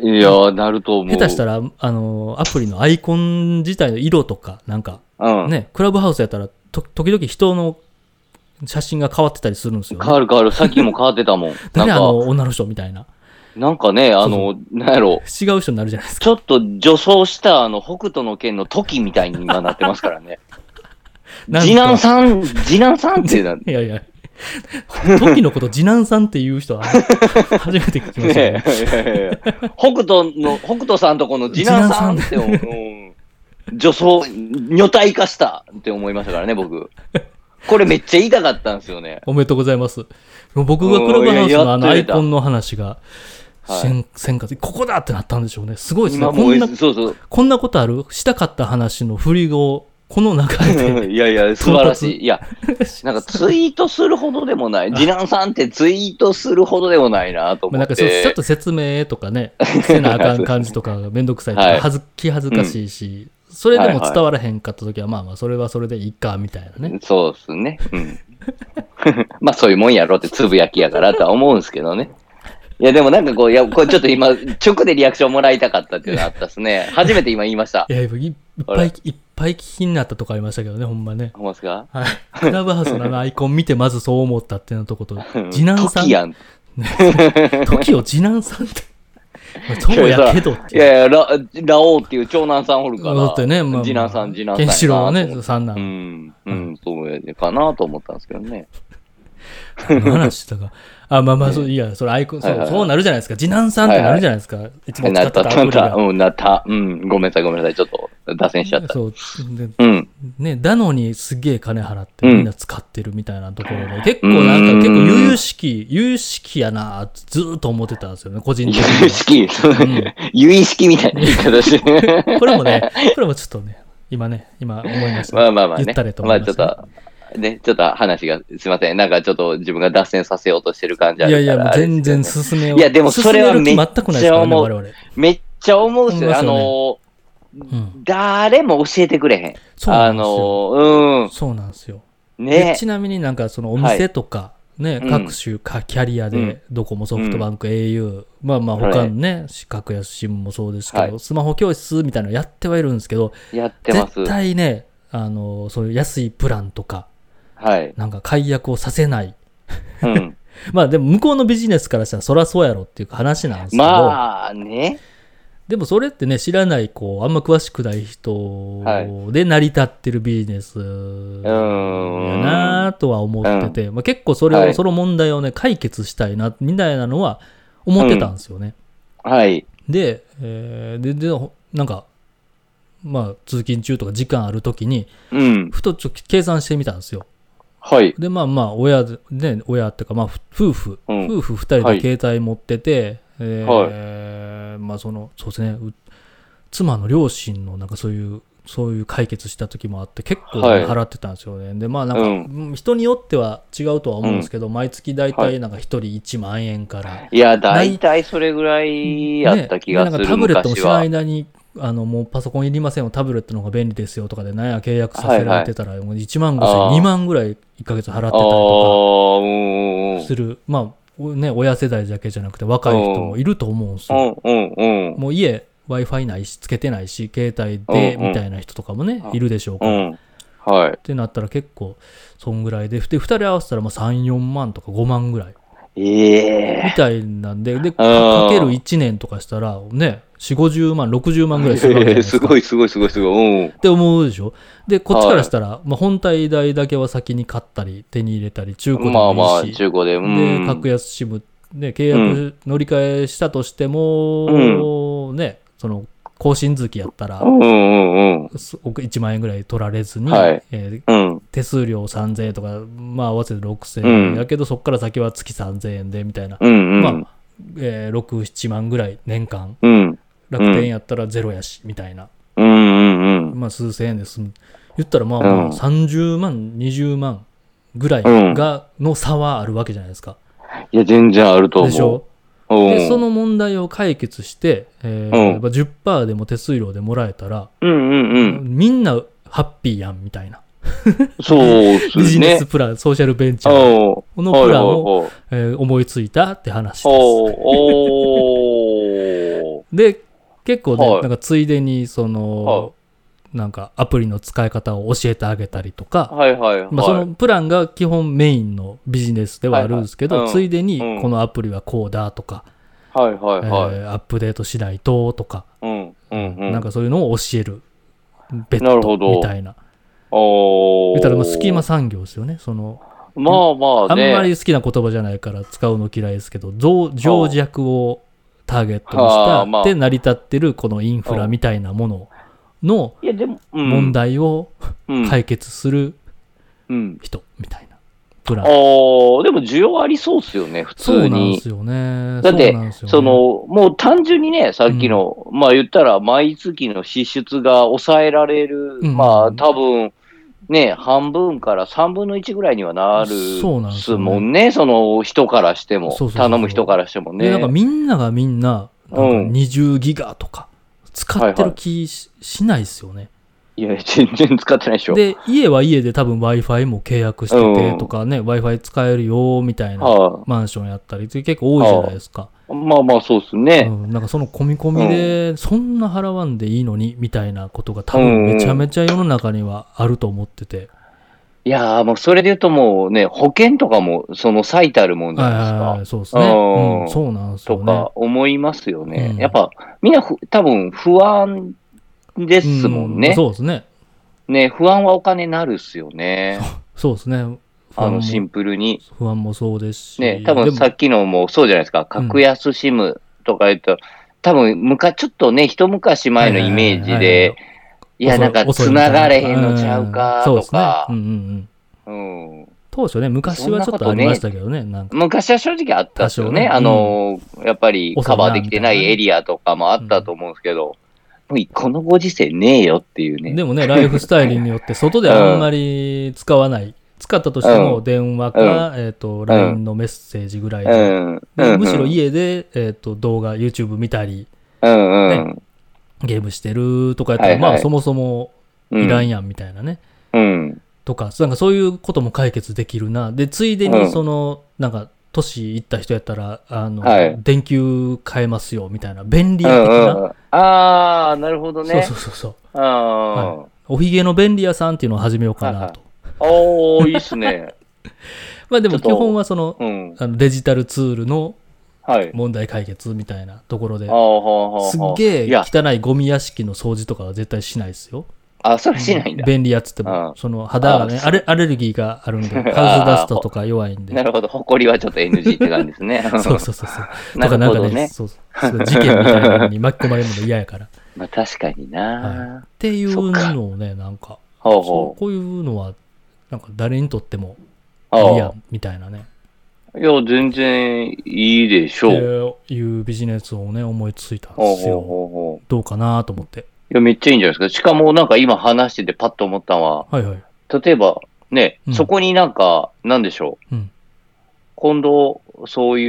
いやー、なると思う。下手したら、ら、あの、アプリのアイコン自体の色とか、なんか、うん。ね、クラブハウスやったら、と時々人の写真が変わってたりするんですよ、変わる変わる。さっきも変わってたもん。なん 誰あのか、女の人みたいな。なんかね、あの、なんやろ。違う人になるじゃないですか。ちょっと女装したあの、北斗の剣の時みたいに今なってますからね。 なんか次男さん、次男さんっ てな、いやいや、時のこと、次男さんっていう人は、 初めて聞きましたね。ねえ、いやいやいや北斗の、北斗さんとこの次男さんって思う、うん女装、女体化したって思いましたからね、僕。これめっちゃ言いたかったんですよね。おめでとうございます。僕がクラブハウスのあのアイコンの話が、はいせん、せんかつ、ここだってなったんでしょうね。すごいですね。今こもんう、な、そうそう。こんなことあるしたかった話の振りを、この中で。いやい や、素晴らしい。いや、なんかツイートするほどでもない。次男さんってツイートするほどでもないなとまあな思んっ。かそうちょってと説明とかね、せなあかん感じとかがめんどくさいとはか、い恥ず気恥ずかしいし、それでも伝わらへんかった時は、まあまあ、それはそれでいいか、みたいなね。そうですね。うん。 まあそういうもんやろってつぶやきやからとは思うんですけどね。いやでもなんかこう、いや、これちょっと今、直でリアクションもらいたかったっていうのあったですね。初めて今言いましたい。や、いいっぱい、いっぱい聞きになったとかありましたけどね、ほんまね。ほんまですか はい。クラブハウスのあのアイコン見てまずそう思ったっていうのとことうん、次男さん時、やん。い時を次男さんって、まあそうやけどっていう。やいや、ララオウっていう長男さんおるから。だってね、まあ、次男さん、次男さんやなと思って。ケンシロウはね、三う男ん、うん、そうやねかなと思ったんですけどね。の話とか。あ、まあまあ、そういや、それアイコン、そはいはういそうなるじゃないですか。次男さんってなるじゃないですか。いつも使なっった、てたなアっプリがた、。うん、なった。うん、ごめんなさい、ごめんなさい。ちょっと、脱線しちゃった。そう。でうん。ね、だのにすげえ金払ってうんみんな使ってるみたいなところで、結構なんか、うん結構悠々しき、悠々しきやなってずーっと思ってたんですよね、個人的に有意は。識、ん有意識みたいな言い 方して。これもね、これもちょっとね、今ね、今思いました。まあまあまあね。ゆったりと思まいあまちょしったねと、ね、ちょっと話が、すいません。なんかちょっと自分が脱線させようとしてる感じあいるかやら。いや、もう全あれ然です進めよう。いやでもそれは進めるめっ気全くないですからね、ちゃ思う我々。けどめっちゃ思うんですよ。思あいますよねのうー、ん誰も教えてくれへん。そうなあんでのすよ。ー、そうなんですよ。うん。でねちなみになんかそのお店とか、ね、うん各種かキャリアうでん、ドコモ、ソフトバンク、au、まあまあ他のね、格安シムもそうですけはど、いスマホ教室みたいなのやってはいるんですけど、やってます絶。対ね、あの、そういう安いプランとか、はい。なんか解約をさせない うん。まあでも向こうのビジネスからしたらそらそうやろっていう話なんですけど、まあね。でもそれってね知らないこうあんま詳しくない人はで成り立ってるビジネスやうーん。なとは思ってて、まあ、結構それを、はいその問題をね解決したいなみたいなのは思ってたんですよね。はい。で,、えーででほなんかまあ通勤中とか時間ある時にうん。ふとちょっと計算してみたんですよ。はい。でまあまあ親で、ね、親っていうか、まあ、ふ夫婦、うん夫婦2人はでい携帯持ってて、えーまあそのそうですねう妻の両親のなんかそういうそういう解決した時もあって結構ね、はい払ってたんですよねでまあなんうか、うん人によっては違うとは思うんですけど、毎月大体なんか1人1万円から、いや、だいたいそれぐらいやった気がすねなる、んかタブレットも昔知らな。はい間にあのもうパソコンいりませんよタブレットの方が便利ですよとかでなんや契約させられてたら、もう1万5あ千ー2万ぐらい1ヶ月払ってたりあとあか。ー、うんうんする、まあおね、親世代だけじゃなくて若い人もいると思うんですよ。うん。うんうんもう家 w i f i ないしつけてないし携帯でうんうんみたいな人とかもねうんいるでしょうかうら。っん。うん。はい。てなったら結構そんぐらいでで2人合わせたらまあ34万とか5万ぐらいえみえたいなんででかかける1年とかしたらね4 5 0万60万ぐらいするわけじゃないでー。すすか。ごいすごいすごいすごい。うんっ。て思うでしょでこっちからしたら、まあ、本体代だけは先に買ったり手に入れたり中古でまあまもあ、いいし、中古で。うでん。格安 SIM で契約乗り換えしたとしても、ねその更新好きやったら、うんうんうん。そ1万円ぐらい取られずに、はいえーうん。手数料3000円とか、まあ、合わせて6000う円んやけど、そこから先は月3000円でみたいな、うんうん。まあえー67万ぐらい年間うん。楽天やったらゼロやしみたいな、うんうんうん。まあ、数千円で済む言ったらまあまうあん30万20万ぐらいがの差はあるわけじゃないですか。いや、全然あると思う。でしょうん。で、その問題を解決して、えーうんやっぱ10%でも手数料でもらえたら、うんうんうん。みんなハッピーやんみたいな。そうっビすジネねス。プラン、ソーシャルベンチャーここのプランを、えー思いついたって話です。おー。で、結構ね、はいなんかついでに、そのは、なんかアプリの使い方を教えてあげたりとか、はいはいはい。まあ、そのプランが基本メインのビジネスではあるんですけど、はいはいうんついでにうんこのアプリはこうだとか、はいはいはい。えーアップデートしないととか、うんうんうん。なんかそういうのを教える。別なるほ途どみたいな。おー。言ったらまあスキマ産業ですよね。そのまあまああんね。まり好きな言葉じゃないから使うの嫌いですけど、増情弱をターゲットにはあしまたあで成り立ってるこのインフラみたいなもののいやでも、うん問題をうん解決するうん。人みたいなプラン。おー、でも需要ありそうっすよね、普そうな通んでに。すよね。だってうなんですよねそ、の、もう単純にね、さっきの、まあ言ったら、毎月の支出が抑えられる、うんまあ多分、ね、半分から3分の1ぐらいにはなるそうなんですよねもんね、その人からしても、そうそうそうそう頼む人からしてもね。でなんかみんながみんな、なんかうん20ギガとか使ってる気し,、しないですよね。いや、全然使ってないでしょ。で、家は家で多分 Wi-Fi も契約しててとかね、Wi-Fi 使えるよみたいなはマンションやったりって結構多いじゃないですか。あ、まあまあ、そうですうね。ん、なんかその込み込みで、そんな払わんでいいのにみたいなことが多分めちゃめちゃ世の中にはあると思ってて。いやー、もうそれで言うともうね、保険とかも、その最たるもんじゃはいないですはいはか。い、そうですね。うんうん、そうなんですとよね。か思いますよね。うんやっぱ、みんなふ多分不安ですもんうね。そうですね。ね、不安はお金なるっすよね。そうですね。不あ安の、もシンプルに。不安もそうですし。ね、多で分もさっきのもそうじゃないですか。格安シムとか言うと、多分、むか、ちょっとね、一昔前のイメージはいはいはいはで、いや、なんか、遅いつみたないながれへんのちゃうか、うんとかそう。ですね。うんうんうん。うん当初ね、昔はちょっとありましたけどね、なんか。昔は正直あったんですよね。多あ少ねのー、やっぱりカバーできてないエリアとかもあったと思うんですけど、もうこのご時世ねえよっていうね。でもね、ライフスタイル によって、外であんまり使わない。使ったとしてうも、電話か、えっと、LINE のメッセージぐらいでうん。でむしろい。家で、えっと、動画、YouTube 見たり、うんうねん。ゲームしてるとかやったら、はいはいまあ、そもそもうんいらんやんみたいなね。うん。とか、なんかそういうことも解決できるな。で、ついでうに、んその、なんか、都市行った人やったら、あのはい、電球変えますよ、みたいな。便利う屋的んな。うん。ああ、なるほどそうね。そうそうそう。うん。おひげの便利屋さんっていうのを始めようかなと。おー、いいっすね。 まあでもちょ基っと本はそのうん。あのデジタルツールのはい。問題解決みたいなところでああ、はあ、はあ。すっげいえや、汚いゴミ屋敷の掃除とかは絶対しないですよ。あ、それしないんだ。便利やっつってもうんその肌がねあアレアレルギーがあるん でハウスダストとか弱いんでなるほど。誇りはちょっと NG って感じですね。 そうそうそうそう。と なかるなんほかどね、ね。そうそうそう事件みたいなのに巻き込まれるの嫌やから。っまあ確かにな。ていうのをね、なんか、ほうそうほう。こういうのは、なんか誰にとってもいいあや、みたいなね。あ。いや、全然いいでしっょう。ていうビジネスをね、思いついたんほうですほうよ。ほうほう。どうかなと思って。いや、めっちゃいいんじゃないですか。しかもなんか今話しててパッと思ったのは、はいはい。例えばね、うんそこになんか、なんでしょう。うん今度、そうい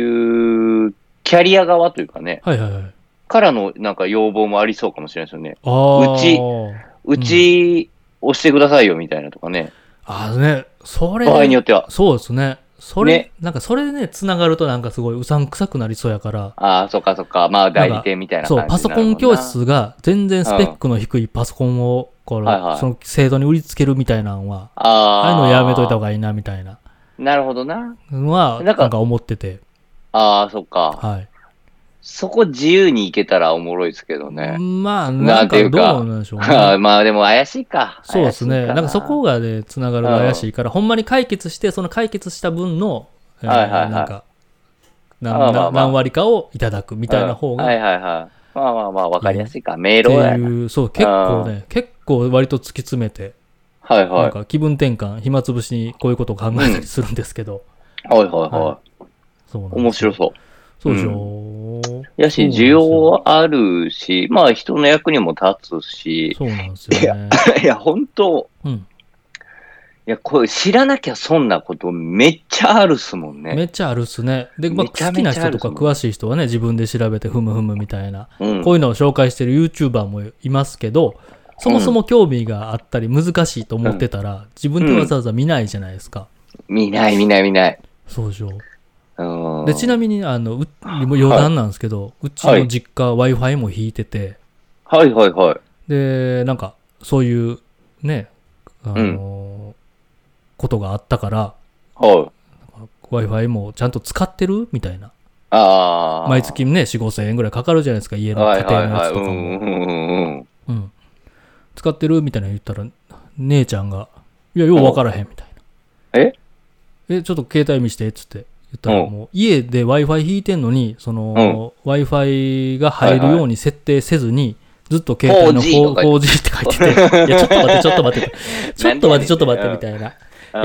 う、キャリア側というかね、はいはいはい。からのなんか要望もありそうかもしれないですよね。ああ。うち。うち、押してくださいよみたいなとかね。ああね、それ。場合によっては。そうですね。それ、ねなんかそれでね、つながるとなんかすごいうさんくさくなりそうやから、ああ、そっかそっか。まあ、代理店みたいな感そう、パじソになコるもんンな教。室が全然スペックの低いパソコンを、こはいはのいその制度に売りつけるみたいなのは、あああ。あいうのやめといた方がいいなみたいななるほどな。のは、なんかなんか思ってて、ああ、そっか。はい。そこ自由に行けたらおもろいですけどね。まあ、ななんんかてどいううかなんでしょう あーね。まあ、でも怪しいか。そうですね。怪しいかなんかそこがね、つながるの怪しいから、ほんまに解決して、その解決した分の、えーはいはいはいなんか、あーま何あまあ何何割かをいただくみたいな方うんはがいはいはい。まあまあまあ、わかりやすいか。迷って路やな。いう、そう、結構ね、結構割と突き詰めて、はいはなんい。か気分転換、暇つぶしにこういうことを考えたりするんですけど、はいはいはい。そうなんですよ面白そう。そうでしょ、やし、需要はあるし、まあ、人の役にも立つし、 そうなんですよね。いや、本当うん。いや、これ知らなきゃ損なことめっちゃあるっすもんめね。っちゃあるっすね。で、まあ、め好ちゃきめちゃなある人とか詳しい人はね、自分で調べて、ふむふむみたいな、うんこういうのを紹介してる YouTuber もいますけど、そもそも興味があったり難しいと思ってたら、自分でわざわざ見ないじゃないですか。見ない見ない見ない。そうでしょうん。でちなみにあのうもう余談なんですけど、うちの実家 w i f i も引いててはいはいはい。でなんかそういうねあのーことがあったからはい。 w i f i もちゃんと使ってるみたいなああ。毎月ね4 5 0 0円ぐらいかかるじゃないですか家のは家いは庭いのやはつい。うとかも、んうんうんうん。うん使ってるみたいなの言ったら姉ちゃんが「いやようわからへん」みたいなええちょっと携帯見して」っつって言ったらうんもう家で w i f i 引いてんのにその w i f i が入るように設定せずにずっと携帯の 4G とか言 4G って書いてて「いやちょっと待ってちょっと 待って」ちょっと待ってちょっと待ってみたいな。い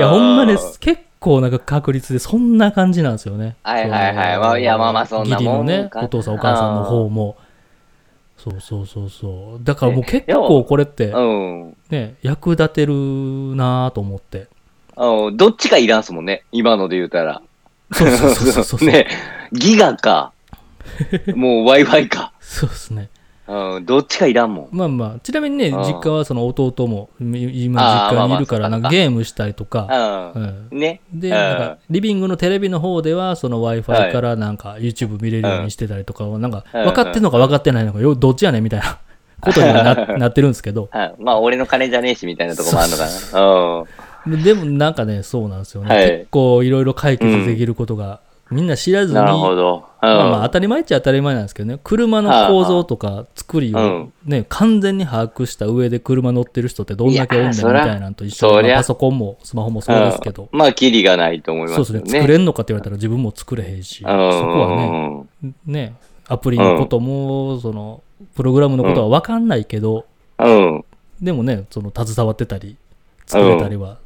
やほんまねす。結構なんか確率でそんな感じなんですよね。はいはいはいそのまあいやまあまあそんなも義んか理のねお父さんお母さんの方も。そうそうそうそう。だからもう結構これってうん。ね、役立てるなぁと思って。うん。どっちかいらんっすもんね。今ので言うたら。そうそうそうそうそう。 ね。ギガか。もう Wi-Fi か。そうですね。うん。どっちかいらんもん。まあまあ、ちなみにね、うん実家はその弟もみ今あー実ま家あにまいあるから、そなっかそっかんかゲームしたりとか、う、うんん。ね。で、うんなんか、リビングのテレビの方では、その Wi-Fi からなんか YouTube 見れるようにしてたりとかを、なんか、うん分かってんのか分かってないのか、よどっちやねんみたいなことには ななってるんですけど、はい。まあ、俺の金じゃねえし、みたいなとこもあるのかそうな。うん。でもなんかね、そうなんですよね。はい結構いろいろ解決できることが、みんな知らずに、なるほど。うん。まあまあ当たり前っちゃ当たり前なんですけどね、車の構造とか作りうをんね、完全に把握した上で車乗ってる人ってどんだけおんねんみいやーそらたいなのと一緒そで、りゃまあパソコンもスマホもそうですけどう、んまあ、キリがないと思いそうまですすよねね。、作れんのかって言われたら自分も作れへんし、そこうんはね、ね、アプリのことも、その、プログラムのことは分かんないけど、うん。でもね、その、携わってたり、作れたりは、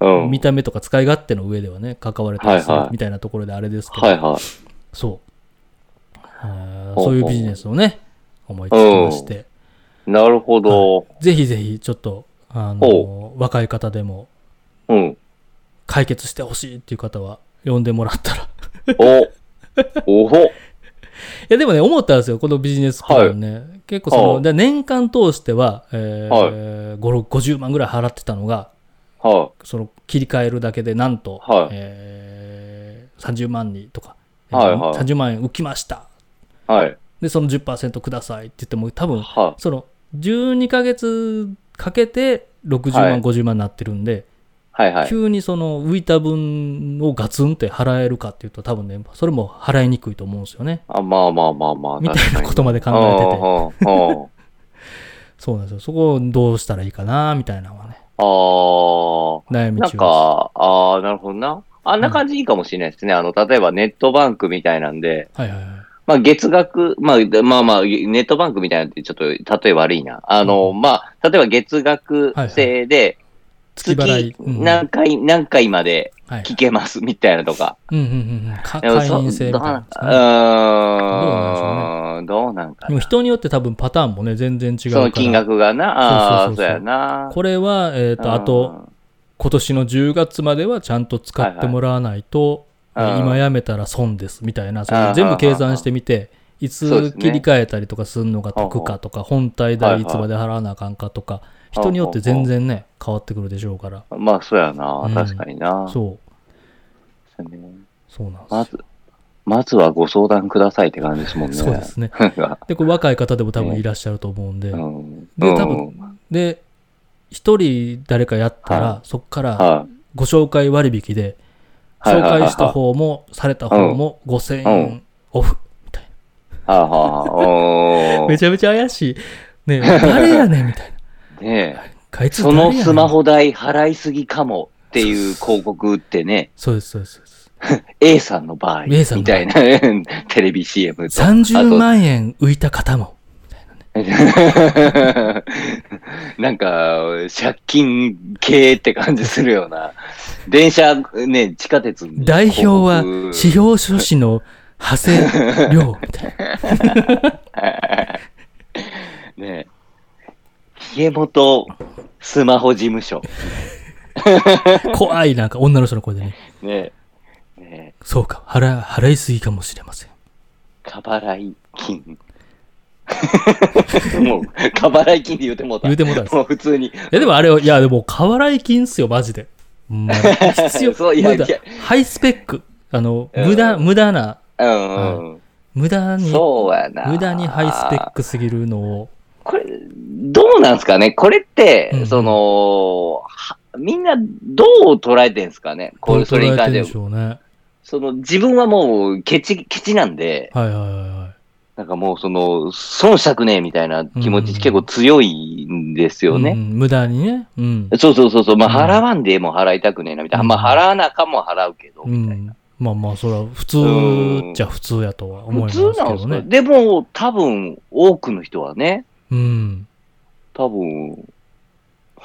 うん。うん。見た目とか使い勝手の上ではね、関われたりするはいはいみたいなところであれですけど、はいはい。そう。あーほうほうそういうビジネスをね、思いつきまして、なるほど。ぜひぜひちょっと、あのほー、若い方でもうん。解決してほしいっていう方は、呼んでもらったら。いおおほや、でもね、思ったんですよ、このビジネスプランね。結構そはの、いで年間通しては、えー5 50万ぐらい払ってたのが、はその切り替えるだけで、なんと、はいえー30万にとか、はいはい30万円浮きました。い。はい。で、その10%くださいって言っても、多分、はその12ヶ月かけて60万、はい50万になってるんで、い。はいはい。急にその浮いた分をガツンって払えるかっていうと多分ね、それも払いにくいと思うんですよね。あまあまあまあまあ。みたいなことまで考えてて。えてて。うんうんそうなんですよ。そこをどうしたらいいかな、みたいなのはね。ああ。悩みなん中でか、ああ、なるほどな。あんな感じいいかもしれないですね。あの、例えばネットバンクみたいなんで、す。はいはいはい。まあ月額、まあでまあまあ、ネットバンクみたいなんでちょっと例え悪いな。あの、うんまあ、例えば月額制で、月払い。うん、何回、何回まではい聞けますみたいなとか。うんうんうんうん。かでも会員制みたいなそんですかね。うーんどうなんかでも人によって多分パターンもね、全然違うそから。の金額がな、あそあ、うそそうそううそうやな。これは、えっ、と、あと、今年の10月まではちゃんと使ってもらわないと、はいはいえーうん今やめたら損ですみたいな、そうのん全部計算してみて、いそうでつすね切り替えたりとかすんのが得かとか、本体はいは代いいつまで払わなあかんかとか、人によって全然ね、変わってくるでしょうから。うん。まあ、そうやなうん。確かにな。そう、そうですねそうなんですよまず、まずはご相談くださいって感じですもんね。そうですね。なんか。で、これ若い方でも多分いらっしゃると思うんで、うん。で多う分んで、一人誰かやったらは、そこからはご紹介割引で、はい紹はいはいはい介した方も、された方も5000う円オフ。い。はあはあ。おーめちゃめちゃ怪しい。 ねえ、誰やねんみたいな。ねえあいつそ誰やねのんスマホ代払いすぎかもっていう広告ってね、そうです、そうですそうです A さんの場合、 A さんのみたいなテレビ CM と。 30万円浮いた方も。 なんか、借金系って感じするような。電車、ね、地下鉄に代表は広告司法書士の長谷亮みたいな。ねえ。冷え元スマホ事務所。怖い、なんか女の人の声でね。ねえ。ねそうか、払払いすぎかもしれません。え。過払い金。 もう、過払い金で言うてもうた。言うてもうたんですもう普通に。いや、でもあれを、いや、でも、過払い金っすよ、マジ で。うん、必要。そういや無駄いやハイスペック。あの、うん無駄、無駄な、うん、無駄に、そうやな。無駄にハイスペックすぎるのを。これ、どうなんですかねこれって、うんその、はみんなどう捉えてんですかねこどうれ、それ捉にえて関るでしてし。ょうね。その、自分はもう、ケチ、ケチなんで、はいはいはいはい。なんかもう、その、損したくねえみたいな気持うちん結構強いんですようね。ん無駄にね。うん。そうそうそうそう、まあ、うん払わんでえも払いたくねえな、みたいな。うんまあ、払わなあかんも払うけど、うみたいな。ん、まあまあ、それは普通っちゃ普通やとは思いま普すけど通なんですか、ね。でも、多分、多くの人はね、うん。多分、あ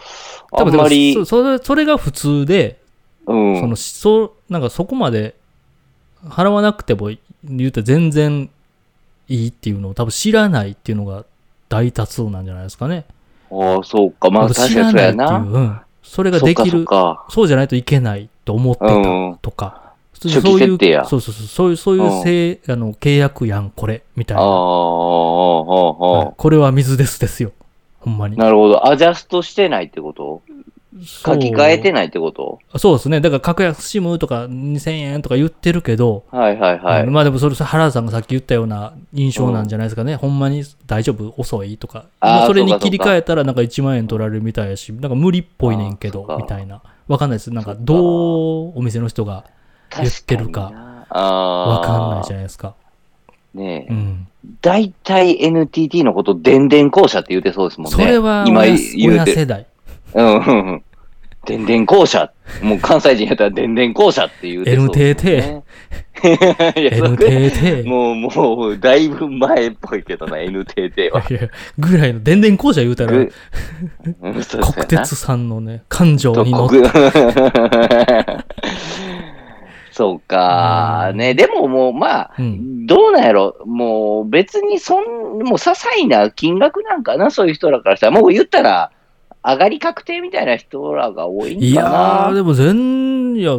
多分んでもまり、そそれ、それが普通で、うん。その、そう、なんかそこまで払わなくても言うと全然いいっていうのを多分知らないっていうのが大多数なんじゃないですかね。ああ、そうか。まあ、多分確か知にそらないっうやていう、うな。ん。それそがっでかきそっる、か。そうじゃないといけないと思ってうんたとか、普通に初期そうい設定う、やそうそうそう、そういう、そういうせい、あの、契約やん、これ、みたいああ、ああ、あな。あはいこれは水ですですよ。ほんまに。なるほど。アジャストしてないってこと書書き換えてないってことそうですね。だから格安シムとか2000円とか言ってるけど、はいはいはい。まあでもそれ原田さんがさっき言ったような印象なんじゃないですかね。ほんまに大丈夫遅いとか。あーまあそれにそうかそ切うかり替えたらなんか1万円取られるみたいやし、なんか無理っぽいねんけあーどそ、うかみたいな。わかんないです。なんかそっかどうお店の人が言ってるか確にな。ああわかんないじゃないですか。ねうえ。ん。大体 NTT のこと、電電公社って言ってそうですもんね。それは今親言親うて。世 代。うんうんうん。電電公社。もう関西人やったら電電公社って言うてそうですもんね。 いやそれ NTT。もう、もう、だいぶ前っぽいけどな、NTT は。いや ぐらいの電電公社言うたら、ぐうんそうですよ国な鉄さんのね、感情とに乗っ国そうか、うんね、でももう、まあ、うんどうなんやろ、もう別にそん、もう些細な金額なんかな、そういう人らからしたら、もう言ったら、上がり確定みたいな人らが多いんかな。いやー、でも全、いや、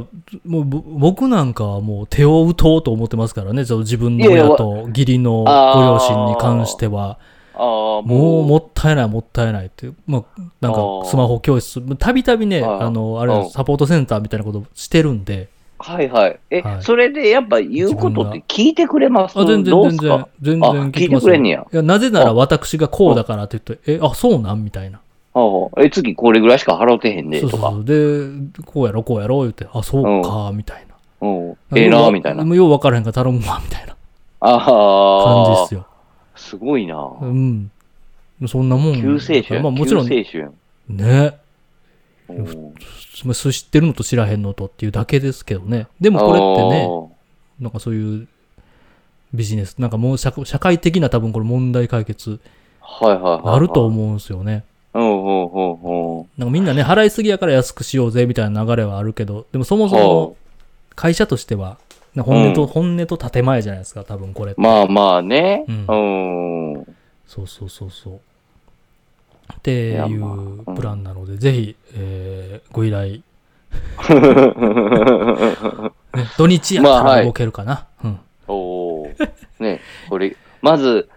もうぼ僕なんかはもう手を打とうと思ってますからね、その自分のいやい親やと義理のごあー両親に関しては、あーもうもう、ったいない、もったいないっていう、まあ、なんかあースマホ教室、たびたびね、あーあの、あれなんです、サポートセンターみたいなことしてるんで、はいはい。え、はいそれでやっぱ言うことって聞いてくれますあ全然、どう全すか然、全然聞あきま聞いてすくよれんねやいや、なぜなら私がこうだからって言って、え、あ、そうなんみたいな。はあ、え、次これぐらいしか払ってへんで、そうとそうか。そうでこうやろこうやろ言ってあそうかみたいなうん。ええな、みたいな。もうよう分からへんから頼むわみたいなああ。感じっすよすごいな。うんそんなもん救世主や。まあもちろん救世主やねうんまあ知ってるのと知らへんのとっていうだけですけどねでもこれってねなんかそういうビジネスなんかもう社社会的な多分これ問題解決あーはいはいはいはい。あると思うんですよねうんうんうんうん。なんかみんなね払いすぎやから安くしようぜみたいな流れはあるけどでもそもそはも会社としてはな本音と、本音と建前じゃないですか多分これってあ、まあまあね。ううんん。そうそうそうそう。っていやいまあううんプランなので、ぜひ、えーご依 頼、ね土日やったまあはらい動けるかな。うんおお。ね、これ、まず、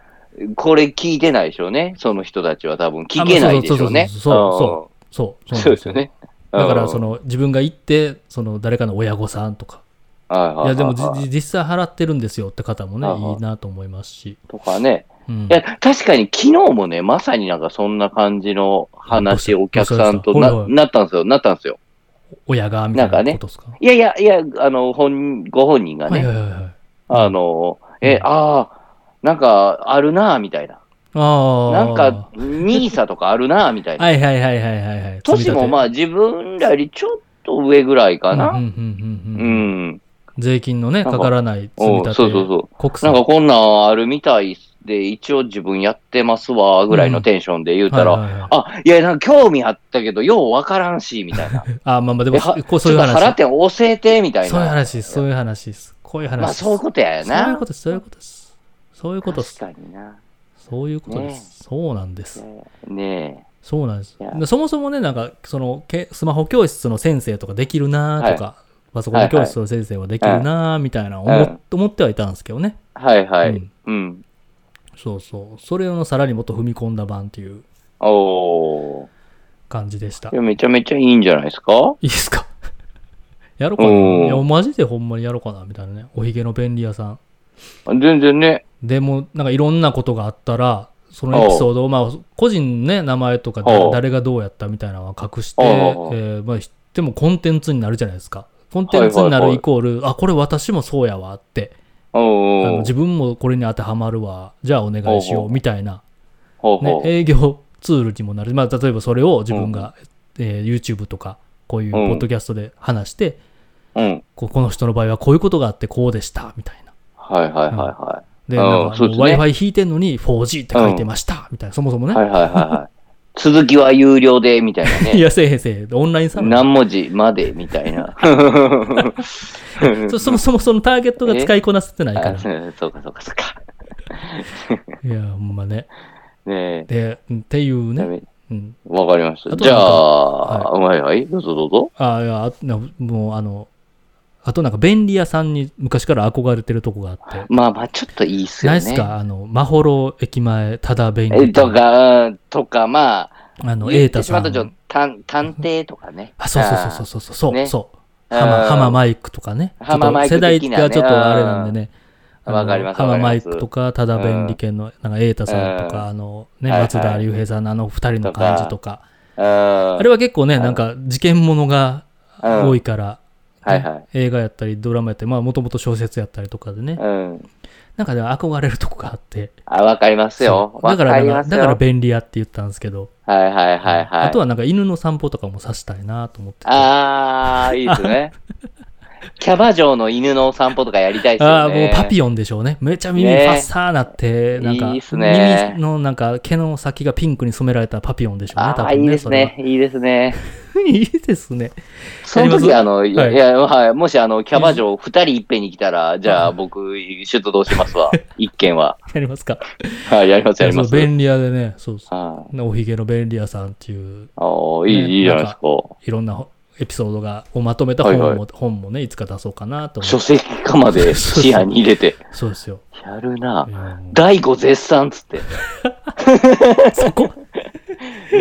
これ聞いてないでしょうね。その人たちは多分聞けないでしょうね。あそそう、うんそうなんそうですよね。だから、その、の、自分が行って、その、誰かの親御さんとか、はいはいいや、でも、じはいはいじ実際払ってるんですよって方もね、はいはいいいなと思いますし。とかね。うんいや、確かに昨日もね、まさになんかそんな感じの話、どうおした客さんとどうしたはいなはいなったんですよ、なったんですよ。親が、みたいなんかなねことですか。いやいやいや、あの、本、ご本人がはいね、はいはいはい。あの、え、ああ、なんかあるなぁ、みたいな。ああ。なんか、ニーサとかあ るなぁ、みたいな。はいはいはいはいはいはい。年もまあ、あ自分らよりちょっと上ぐらいかうんな。うんうんううんうんん。税金のね、なんかかからない積みおう立て。そうそうそう。国な産んかこんなんあるみたいで、一応自分やってますわ、ぐらいのテンションで言うたら、はいはいはいあ、いや、なんか興味あったけど、ようわからんし、みたいな。あ、まあまあでえも、はこう そういうちょっと払話っ。て教えて、みたいな。そういう話です、そういう話です。こういう話まであ、す。そういうことやよな。そういうことです、そういうことです。そういうことです。確かにな。そういうことでねす。そうなんです。ねそうなんですいや。でそもそもね、なんか、その、けスマホ教室の先生とかできるなーとか、パソコン教室の先生はできるなーみたいな思,、うん思ってはいたんですけどね。え。はいはい。ううんん。そうそう。それのさらにもっと踏み込んだ版っていうおー感じでしたい。や。めちゃめちゃいいんじゃないですかいいっすか やろうかな。うんいや、マジでほんまにやろうかな、みたいなね。おひげの便利屋さん。全然ね。でも、なんかいろんなことがあったら、そのエピソードを、まあ、個人のね、名前とかだおう誰がどうやったみたいなのは隠して、えおうおうおうーまあ、知ってもコンテンツになるじゃないですか。コンテンツになはるいはいはいイコール、あ、これ私もそうやわって、あのお自ー分もこれに当てはまるわ、じゃあお願いしおようう、おみたいな、ほうねほ、う。営業ツールにもなる。まあ、例えばそれを自分が、えー YouTube とか、こういうポッドキャストで話して、うん。ここの人の場合はこういうことがあってこうでしたみたいな。はいはいはいはで、あなんーかあそうのですね Wi-Fi 引いてんのに 4G って書いてましたみたいな、そもそもい。ね。はいはいはいはい。 続きは有料で、みたいない ね。や、せえへんせえへん。オンラインサロン。何文字まで、みたいな。そそもそもそのターゲットが使いこなせて ないから。あそう そうかそうかそうか。いや、ほんまね。ねで、うんっていうえ。ね。うん、わかりましあた。とじなんゃかあ、はい、はいどうぞどうぞ。あいやあなもうあの、あとなんか便利屋さんに昔から憧れてるとこがあって。まあまあ、ちょっといいっすよないね。っすかあの、まほろ駅前、ただ便利え店とか、とか、まあ、あの、瑛言って太しさまったらちょっんと。探探偵とかね。あ、そうそうそうそうそうそう、ねそう。うんハマハママイクとかね。ちょっ浜マとイ世ク代的なねがちょっとあれなんでね。うんあのわかりますハママイクわかりますとか、ただ便利県の、なんか、瑛太さんとうか、あの、ね、はいはい松田龍平さんのあの二人の感じとか。ああれは結構ね、なんか、事件ものがうん多いから、はいはい。映画やったり、ドラマやったり、まあ、もともと小説やったりとかでね。うん。なんかね、憧れるとこがあって。あ、わかりますよそ。うわだか、からりなまんかすだからよ。便利屋って言ったんですけど、はいはいはいはい。あとはなんか犬の散歩とかもさしたいなと思ってて。あー、いいです ね。キャバ嬢の犬のお散歩とかやりたいっすよね。ああ、もうパピオンでしょうね。めちゃ耳ファッサーなって、ねなんか、いいっすね耳のなんか毛の先がピンクに染められたパピオンでしょうね、ああ、いいですそれはね。。いいですね。 いいですね。その時、やあの、いはいや、はい、もし、あの、キャバ嬢二人いっぺんに来たら、じゃあ、僕、出動しますわ。 一件は。やりますか。はい、やります、やりまそうす。便利屋でね、そうそ。はいうおひげの便利屋さんっていう、ああ、いい、いいじゃないですか。いろんなエピソードが、をまとめた本も、はいは本もね、いつか出そうかなと思書って。籍化まで視野に入れて。そうですよ。。やるな いやもう第五絶賛っつって。そこ、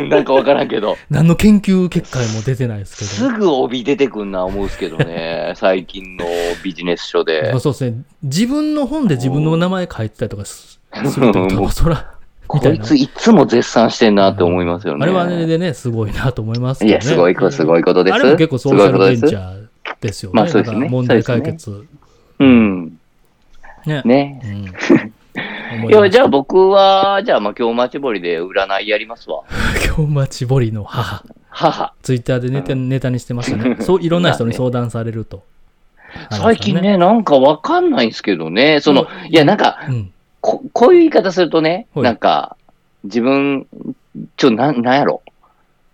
なんかわからんけど。何の研究結果も出てないですけど。す ぐ帯出てくんな思うんすけどね。最近のビジネス書でまあ、。そうですね。自分の本で自分の名前書いてたりとかすするってことも は、うそら、こみたいいなついつも絶賛してんなって思いますよね。あれはあれでね、すごいなと思いますけいどね。や、すごいこと、すいごいことです。あれも結構ソーシャルベンチー。ャーですよね。まあそうですだねから問題解決。うん。ね。ね。うん思いいや、や、じじゃゃあ僕は、じゃあ、まあ、今日町堀で占いやりますわ。今日待ち堀の母。母。ツイッターでネタ,、ネタにしてました ね。そう、いろんな人に相談されると。最近ね、なんかわかんないんですけどね。その、うんいや、なんか、話がね。こ、こういう言い方するとね、はいなんか、自分、ちょ、なん、なんやろ。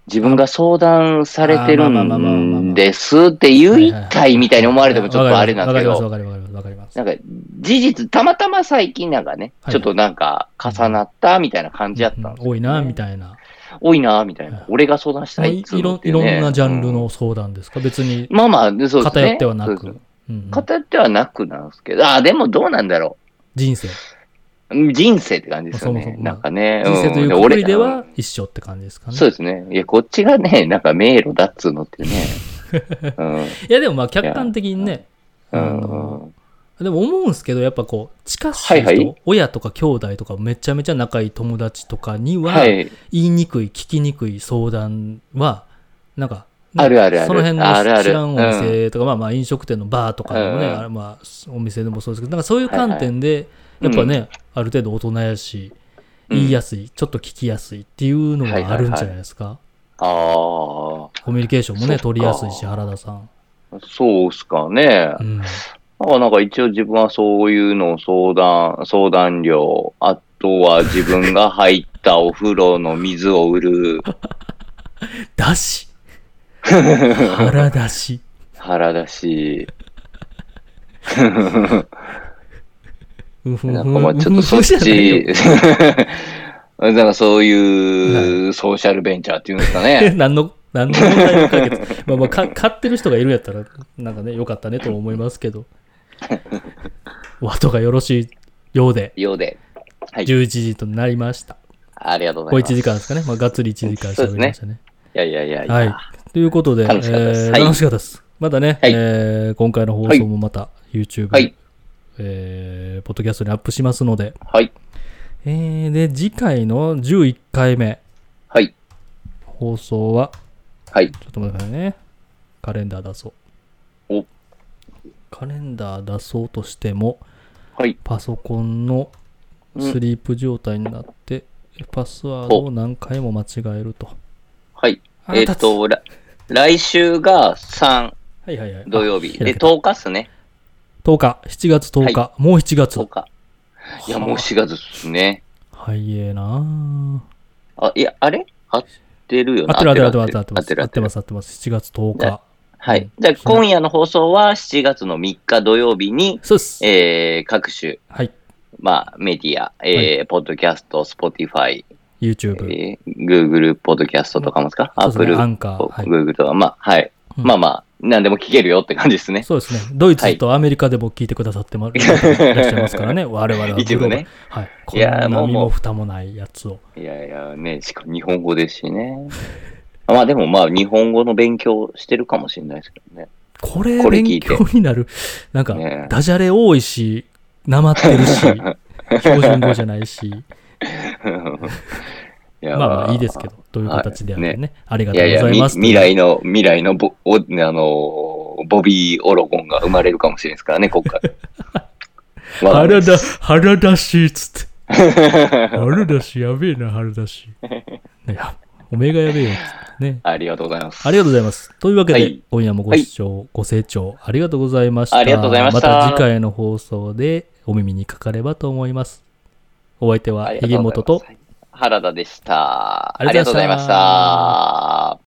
自分が相談されてるあまあまあまあまあまあまあんですって言いたいみたいに思われてもちょっとあれなんですけどわ。かります、わかります、なわかります。んか、事実、たまたま最近なんかね、はいちょっとなんか、重なったみたいな感じだったんですうん多いな、みいたいな。な。多いな、みたいはいな。俺が相談したまあいっいつういのろっていねろんなジャンル。の相談ですか、別にうんまあまあ、そうですね。偏ってはなそうくです。うん偏ってはなくなんですけど、ああ、でもどうなんだろ人生。ううん。人生って感じですよね。そもそもなんかね。人生といんうくくりで、俺うはん一緒って感じですかね。そうですね。いや、こっちが ね、なんか迷路だっつうのってね。 うんいや、でもまあ、客観的にね、うあん。のでも思うんですけど、やっぱこう、近しい人、はいはい親とか兄弟とか、めちゃめちゃ仲いい友達とかには、はい。言いにくい、聞きにくい相談は、なんか、あるあるあるその辺あるあのる知らんお店とか、まあまあ飲食店のバーとかでもね、うんうんあれまあお店でもそうですけど、なんかそういう観点で、はいはいやっぱね、ある程度大人やし、うん言いやすい、ちょっと聞きやすいっていうのがあるんじゃないですか。ああ。コミュニケーションもね、そっか取りやすいし、原田さん。そうっすかねう。ん。だからなんか一応自分はそういうのを相談、相談料、あとは自分が入ったお風呂の水を売るだし原だ し。腹だし、うんふんなふんんかまあちょっとそっうんふんふんじゃないちよ、 なんかそういうソーシャルベンチャーっていうんですか ね。 何の、何の問題も解決。まあまあ、か買ってる人がいるんやったら、なんかね、よかったねと思いますけ ど。お後がよろしいようで、ようで。はい。 11時となりました。ありがとうござ小いま1す。時間ですかね。まあ、がっつり1時間喋りましたね。いやいやいやいや。はい。ということで、楽しかったですえーはい楽しかったです。またね、はいえー今回の放送もまた YouTube、はいえーポッドキャストにアップしますので、はい。えーで、次回の11回目はい。放送は、はい。ちょっと待ってくださいね。カレンダー出そう。おカレンダー出そうとしても、はい。パソコンのうんスリープ状態になって、パスワードを何回も間違えると。はい。あえっ、と、ら来週が3はいはいはい。土あ曜日。開で、けた10日っすね。 10日、7月10日、はもう7月。 10日。いや、もう4月ですね。はいえなああ、いや、あれ合ってるよ合な。ってる合ってる合ってる合って合まっすて。る合合っっててる。ます合ってます。7月10日。はい。じゃあ、今夜の放送は7月の3日土曜日に、そうです。えー、各種、はい。まあ、メディア、えーポッドキャスト、スポティファイ、 YouTube。えー、Google ポッドキャストとかもですか、そうアでッすプねル、アンカー。はい Google とか、まあ、はい。うんまあまあ、何でも聞けるよって感じですね。そうですね。ドイツとアメリカでも聞いてくださってもいらっしゃいますから ね。我々はグローバル。一部ねはい。こいやーんなもう身ももう蓋もないやつを。いやいや、ね、しかも日本語ですしね。 まあでもまあ、日本語の勉強してるかもしれないですけどね。 これこれ聞勉いて強になる。なんかね、えダジャレ多いし、なまってる し、標準語じゃないし、いやまあまあいいですけど、という形であってはいね、ありがいとうやいござや、いみます。未来の、未来のボ、おあのー、ボビー・オロゴンが生まれるかもしれないですからね、こっ から。わかんな腹いでだす、腹出しっつ って。腹出し、やべえな、腹出し。いや、おめえがやべえよっつってね。ありがとうございます。ありがとうございます。というわけで、はい今夜もご視聴、ご清聴ありがとうございました。ありがとうございましたまた次回の放送でお耳にかかればと思います。お相手は、ありひがげとうもございますとと、原田でした。あありりががととうござうございいままししたた。